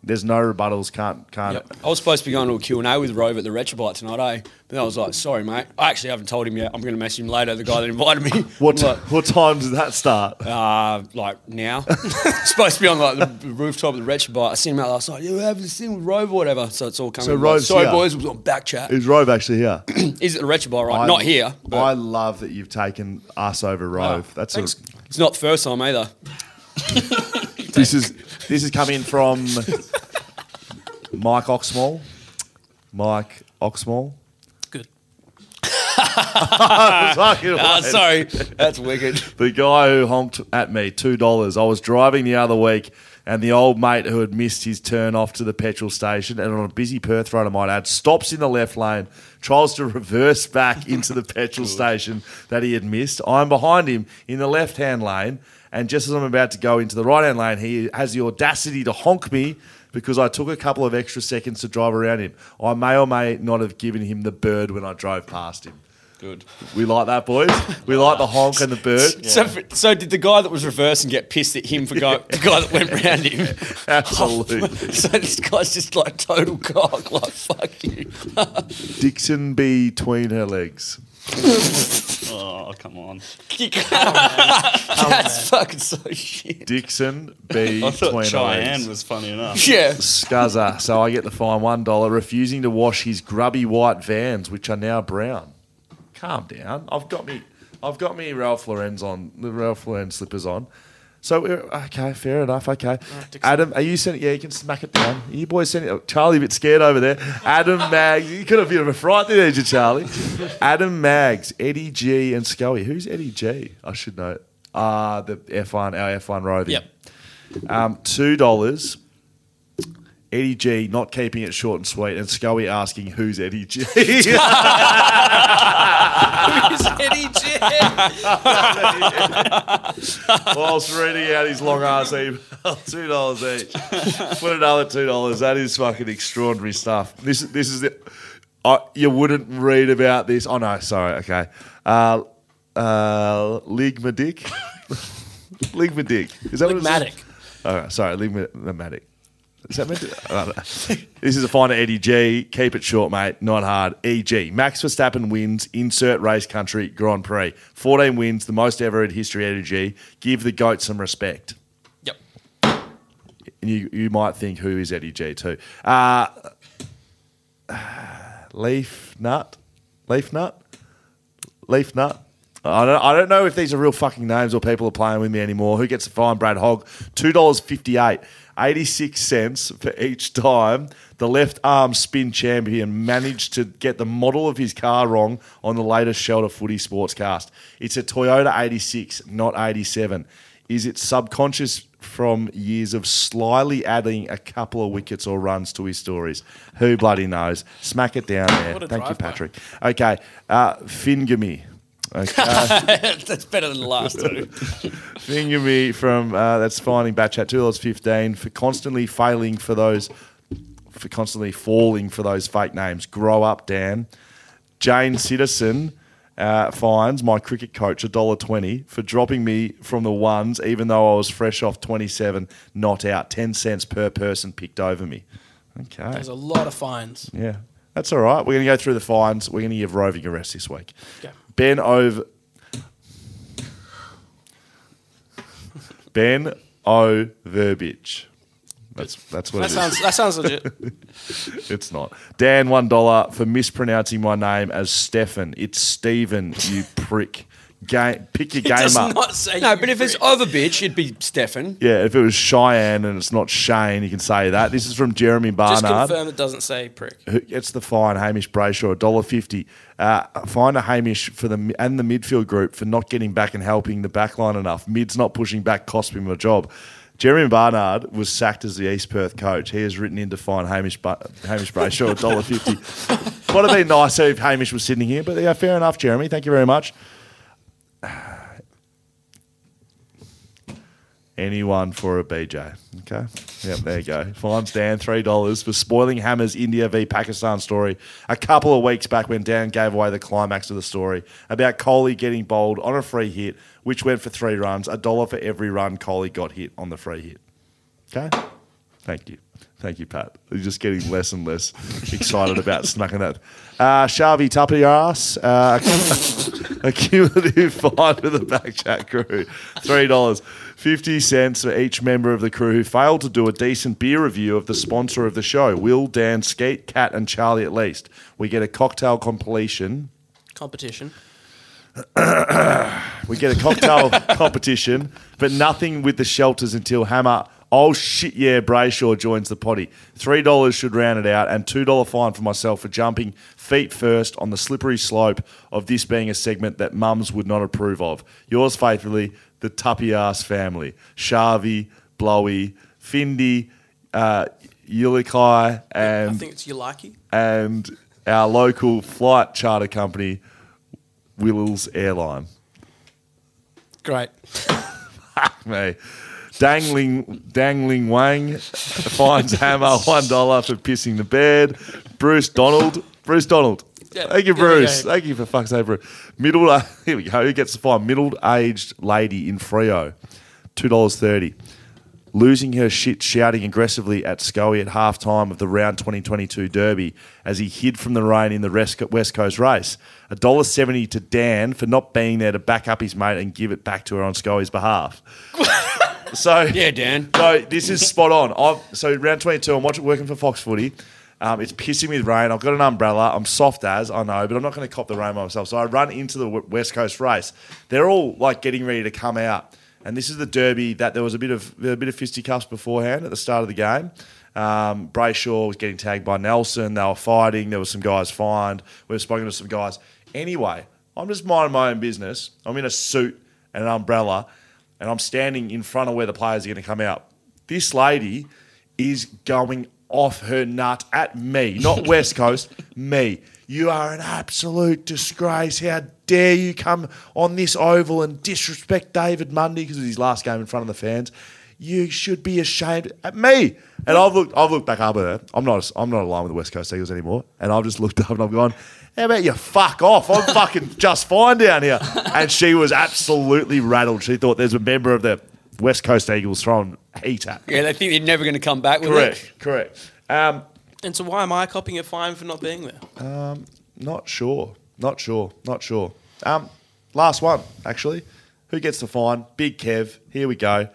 [SPEAKER 3] There's no rebuttals. Can't can't.
[SPEAKER 4] Yep. I was supposed to be going to a Q&A with Rove at the Retrobite tonight, eh? But then I was like, sorry, mate. I actually haven't told him yet. I'm going to message him later, the guy that invited me.
[SPEAKER 3] What t-
[SPEAKER 4] Like,
[SPEAKER 3] what time does that start?
[SPEAKER 4] uh, like now. supposed to be on like the rooftop of the Retrobite. I seen him out last night. You haven't seen with Rove or whatever. So it's all coming.
[SPEAKER 3] So
[SPEAKER 4] Like,
[SPEAKER 3] Rove's
[SPEAKER 4] Sorry,
[SPEAKER 3] here.
[SPEAKER 4] boys. It was on back chat.
[SPEAKER 3] Is Rove actually here?
[SPEAKER 4] He's at the Retrobite, right?
[SPEAKER 3] I-
[SPEAKER 4] Not here. But Ah,
[SPEAKER 3] I love that you've taken us over Rove. That's a,
[SPEAKER 4] it's not the first time either.
[SPEAKER 3] this is this is coming from Mike Oxmall. Mike Oxmall.
[SPEAKER 1] Good.
[SPEAKER 3] Fucking
[SPEAKER 4] Ah,
[SPEAKER 3] right.
[SPEAKER 4] sorry. That's wicked.
[SPEAKER 3] The guy who honked at me two dollars. I was driving the other week, and the old mate who had missed his turn off to the petrol station, and on a busy Perth road, I might add, stops in the left lane, tries to reverse back into the petrol station that he had missed. I'm behind him in the left hand lane, and just as I'm about to go into the right hand lane, he has the audacity to honk me. Because I took a couple of extra seconds to drive around him. I may or may not have given him the bird when I drove past him.
[SPEAKER 5] Good.
[SPEAKER 3] We like that, boys. We like the honk and the bird.
[SPEAKER 4] So, f- so did the guy that was reversing get pissed at him for going? The guy that went round him.
[SPEAKER 3] Absolutely.
[SPEAKER 4] so this guy's just like total cock. Like fuck you.
[SPEAKER 3] Dixon between her legs.
[SPEAKER 5] Oh, come on.
[SPEAKER 4] You can't- That's fucking so shit.
[SPEAKER 3] Dixon between
[SPEAKER 5] I
[SPEAKER 3] her
[SPEAKER 5] thought
[SPEAKER 3] legs.
[SPEAKER 5] Cheyenne was funny enough.
[SPEAKER 4] Yeah.
[SPEAKER 3] Scuzzer, so I get the fine one dollar. Refusing to wash his grubby white vans, which are now brown. Calm down. I've got me. I've got me Ralph Lauren's on the Ralph Lauren slippers on. So we're- okay, fair enough. Okay, Adam, are you sending? Yeah, you can smack it down. Are you boys sending? Oh, Charlie, a bit scared over there. Adam Maggs, you could have been a fright there, did you, Charlie? Adam Maggs, Eddie G, and Scully. Who's Eddie G? I should know. Ah, the F1, our F1 roving.
[SPEAKER 1] Yep.
[SPEAKER 3] Um, Two dollars. Eddie G not keeping it short and sweet, and Scully asking who's Eddie G.
[SPEAKER 1] Who's Eddie G?
[SPEAKER 3] Whilst reading out his long ass email, two dollars each. Put another two dollars. That is fucking extraordinary stuff. This this is the. I you wouldn't read about this. Oh no, sorry. Okay, uh, uh, Ligmadick. Ligmadick. Is that what
[SPEAKER 1] Ligmatic.
[SPEAKER 3] it's? All right, sorry, Ligmatic. Is that meant to? I don't know. This is a finder, Eddie G. Keep it short, mate. Not hard. E.g. Max Verstappen wins. Insert race country Grand Prix. 14 wins, the most ever in history. Eddie G. Give the goat some respect.
[SPEAKER 1] Yep.
[SPEAKER 3] And you you might think who is Eddie G. Too. Uh, leaf nut, leaf nut, leaf nut. I don't, I don't know if these are real fucking names or people are playing with me anymore. Who gets a fine? Brad Hogg, two dollars fifty-eight, eighty-six cents for each time the left arm spin champion managed to get the model of his car wrong on the latest Shelter Footy Sportscast. It's a Toyota eighty-six, not eighty-seven. Is it subconscious from years of slyly adding a couple of wickets or runs to his stories? Who bloody knows? Smack it down there.
[SPEAKER 1] What a
[SPEAKER 3] Thank you,
[SPEAKER 1] drive-by.
[SPEAKER 3] Patrick. Okay, uh, Fingamy. Okay,
[SPEAKER 4] That's better than the last two.
[SPEAKER 3] Fingamy from uh, that's finding Batchat two dollars fifteen for constantly failing for those for constantly falling for those fake names. Grow up, Dan. Jane Citizen uh, finds my cricket coach a dollar twenty for dropping me from the ones, even though I was fresh off twenty seven not out. Ten cents per person picked over me. Okay.
[SPEAKER 1] There's a lot of fines.
[SPEAKER 3] Yeah, that's all right. We're going to go through the fines. We're going to give roving a rest this week.
[SPEAKER 1] Okay.
[SPEAKER 3] Ben over. Ben O Verbich. That's that's what
[SPEAKER 1] That
[SPEAKER 3] it is.
[SPEAKER 1] sounds that sounds legit.
[SPEAKER 3] It's not. Dan one dollar for mispronouncing my name as Stefan. It's Stephen. You prick. Game. Pick your game
[SPEAKER 1] Does
[SPEAKER 3] up.
[SPEAKER 1] not say
[SPEAKER 4] No,
[SPEAKER 1] you
[SPEAKER 4] but if it's
[SPEAKER 1] prick.
[SPEAKER 4] over, bitch, it'd be Stefan.
[SPEAKER 3] yeah, if it was Cheyenne and it's not Shane, you can say that. This is from Jeremy Barnard.
[SPEAKER 1] just confirm it doesn't say prick.
[SPEAKER 3] who gets the fine? Hamish Brayshaw, $1.50. Uh, fine to Hamish for the and the midfield group for not getting back and helping the back line enough. Mid's not pushing back cost him a job. Jeremy Barnard was sacked as the East Perth coach. He has written in to fine Hamish, ba- Hamish Brayshaw $1.50. Would have been nicer if Hamish was sitting here, but yeah, fair enough, Jeremy. Thank you very much. anyone for a BJ. Okay. Yep, there you go. Fines Dan three dollars for spoiling Hammers India v Pakistan story a couple of weeks back when Dan gave away the climax of the story about Coley getting bowled on a free hit, which went for three runs, a dollar for every run Coley got hit on the free hit. Okay. Thank you. Thank you, Pat. You're just getting less and less excited about snucking that. Uh, Shavi Tapiras, uh, a cumulative fine to the Backchat crew, $3.50 for each member of the crew who failed to do a decent beer review of the sponsor of the show, Will, Dan, Skate, Cat, and Charlie at least. We get a cocktail completion
[SPEAKER 1] Competition.
[SPEAKER 3] We get a cocktail competition, but nothing with the shelters until Hammer. Oh shit! Yeah, Brayshaw joins the potty. Three dollars should round it out, and two dollar fine for myself for jumping feet first on the slippery slope of this being a segment that mums would not approve of. Yours faithfully, the Tuppy Ass family: Shavi, Blowy, Findy, uh, Yulikai,
[SPEAKER 1] I
[SPEAKER 3] and
[SPEAKER 1] think it's Yulaki.
[SPEAKER 3] and our local flight charter company, Wills Airline.
[SPEAKER 1] Great.
[SPEAKER 3] me. Dangling, dangling Wang finds Hammer one dollar for pissing the bed. Bruce Donald, Bruce Donald.
[SPEAKER 1] Yeah,
[SPEAKER 3] Thank you,
[SPEAKER 1] there we
[SPEAKER 3] Bruce.
[SPEAKER 1] go.
[SPEAKER 3] Thank you for fuck's sake, Bruce. Middle, here we go. Who gets the fine? Middle-aged lady in Frio, two dollars thirty. Losing her shit, shouting aggressively at Scully at halftime of the round 2022 Derby as he hid from the rain in the rest- West Coast race. $1.70 to Dan for not being there to back up his mate and give it back to her on Scully's behalf. So
[SPEAKER 4] Yeah, Dan.
[SPEAKER 3] no, this is spot on. I've, so round twenty two, I'm watching, working for Fox Footy. Um, it's pissing with rain. I've got an umbrella. I'm soft as I know, but I'm not going to cop the rain by myself. So I run into the W- West Coast race. They're all like getting ready to come out, and this is the Derby that there was a bit of a bit of fisticuffs beforehand at the start of the game. Um, Brayshaw was getting tagged by Nelson. They were fighting. There were some guys fined. We were spoken to some guys. Anyway, I'm just minding my own business. I'm in a suit and an umbrella, and I'm standing in front of where the players are going to come out. This lady is going off her nut at me, not West Coast, me. You are an absolute disgrace. How dare you come on this oval and disrespect David Mundy because it was his last game in front of the fans? You should be ashamed at me. And I've looked, I've looked back up at her. I'm not, I'm not aligned with the West Coast Eagles anymore. And I've just looked up and I've gone, how about you fuck off? I'm fucking just fine down here. And she was absolutely rattled. She thought there's a member of the West Coast Eagles throwing heat at.
[SPEAKER 4] Yeah, they think they're never going to come back with it.
[SPEAKER 3] Correct, correct. Um,
[SPEAKER 1] And so why am I copying a fine for not being there?
[SPEAKER 3] not sure, not sure, not sure. Um, last one, actually. Who gets the fine? Big Kev. Here we go.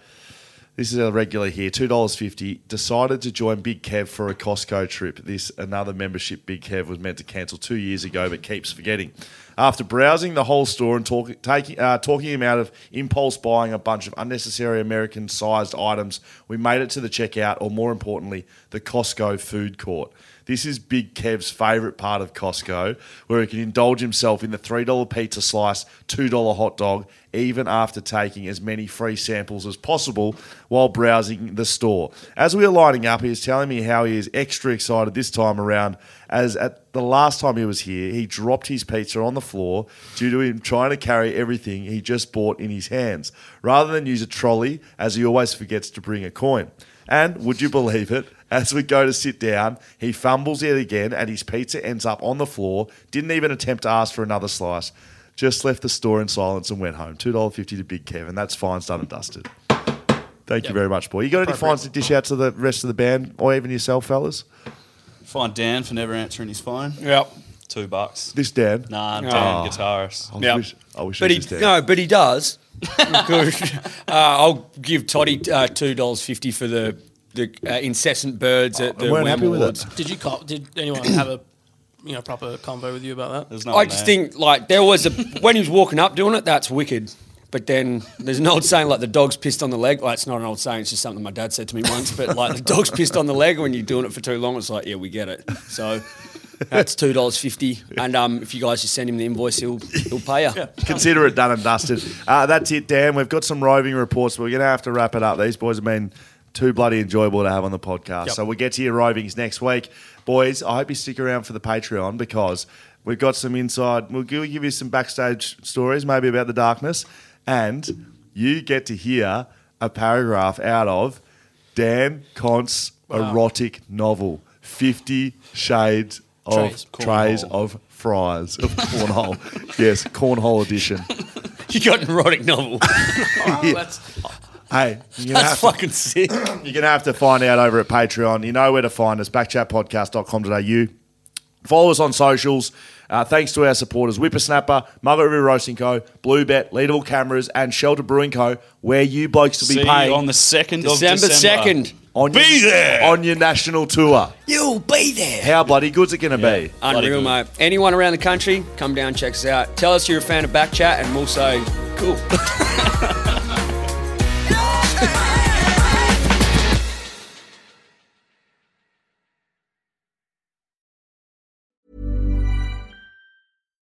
[SPEAKER 3] This is our regular here. Two dollars fifty. Decided to join Big Kev for a Costco trip. This another membership Big Kev was meant to cancel two years ago, but keeps forgetting. After browsing the whole store and talk, taking, uh, talking him out of impulse buying a bunch of unnecessary American-sized items, we made it to the checkout, or more importantly, the Costco food court. This is Big Kev's favourite part of Costco, where he can indulge himself in the $3 pizza slice, $2 hot dog, even after taking as many free samples as possible while browsing the store. As we are lining up, he is telling me how he is extra excited this time around, as at the last time he was here, he dropped his pizza on the floor due to him trying to carry everything he just bought in his hands, rather than use a trolley, as he always forgets to bring a coin. And would you believe it? As we go to sit down, he fumbles it again and his pizza ends up on the floor. Didn't even attempt to ask for another slice. Just left the store in silence and went home. $2.50 to Big Kevin. That's fines done and dusted. Thank you very much, boy. You got any fines to dish out to the rest of the band or even yourself, fellas?
[SPEAKER 5] Find Dan for never answering his phone.
[SPEAKER 4] Yep.
[SPEAKER 5] Two bucks.
[SPEAKER 3] This Dan.
[SPEAKER 5] Nah, Dan,
[SPEAKER 3] Oh.
[SPEAKER 5] guitarist.
[SPEAKER 3] I
[SPEAKER 4] Yeah.
[SPEAKER 3] wish, I wish
[SPEAKER 4] But
[SPEAKER 3] it was
[SPEAKER 4] he
[SPEAKER 3] this Dan.
[SPEAKER 4] no, but he does. Good. Uh, I'll give Toddy uh, two dollars fifty for the the uh, incessant birds at the
[SPEAKER 3] I weren't
[SPEAKER 4] Wham
[SPEAKER 3] happy with it.
[SPEAKER 4] Awards.
[SPEAKER 1] Did you cop, did anyone have a you know proper convo with you about that?
[SPEAKER 5] There's no
[SPEAKER 4] I
[SPEAKER 5] one
[SPEAKER 4] just
[SPEAKER 5] there.
[SPEAKER 4] think like there was a when he was walking up doing it, that's wicked. But then there's an old saying like the dog's pissed on the leg. Like it's not an old saying; it's just something my dad said to me once. But like the dog's pissed on the leg when you're doing it for too long. It's like yeah, we get it. So that's two dollars fifty. And um, if you guys just send him the invoice, he'll he'll pay you.
[SPEAKER 3] Consider it done and dusted. Uh, that's it, Dan. We've got some roving reports, but we're going to have to wrap it up. These boys have been too bloody enjoyable to have on the podcast.
[SPEAKER 1] Yep.
[SPEAKER 3] So we'll get to your rovings next week. Boys, I hope you stick around for the Patreon because we've got some inside. We'll give give you some backstage stories, maybe about the darkness. And you get to hear a paragraph out of Dan Cont's erotic novel, Fifty Shades of
[SPEAKER 1] Trays.
[SPEAKER 3] Trays
[SPEAKER 5] Cornhole.
[SPEAKER 3] of Fries of Cornhole. yes, Cornhole edition.
[SPEAKER 4] You got an erotic novel.
[SPEAKER 1] Oh, that's,
[SPEAKER 3] Hey, you're gonna,
[SPEAKER 4] That's
[SPEAKER 3] have to,
[SPEAKER 4] fucking sick.
[SPEAKER 3] you're gonna have to find out over at Patreon. You know where to find us, backchatpodcast.com.au. Follow us on socials. Uh, thanks to our supporters, Whippersnapper, Mugger River Roasting Co., Blue Bet, Leadable Cameras, and Shelter Brewing Co., where you blokes to be
[SPEAKER 5] See you
[SPEAKER 3] paid
[SPEAKER 5] on the second of
[SPEAKER 4] December
[SPEAKER 5] December
[SPEAKER 4] second.
[SPEAKER 3] on
[SPEAKER 5] Be
[SPEAKER 3] your,
[SPEAKER 5] there!
[SPEAKER 3] on your national tour.
[SPEAKER 4] You'll be there.
[SPEAKER 3] How bloody good's it going to be?
[SPEAKER 4] Unreal,
[SPEAKER 5] good.
[SPEAKER 4] mate. Anyone around the country, come down, check us out. Tell us you're a fan of Backchat, and we'll say, cool.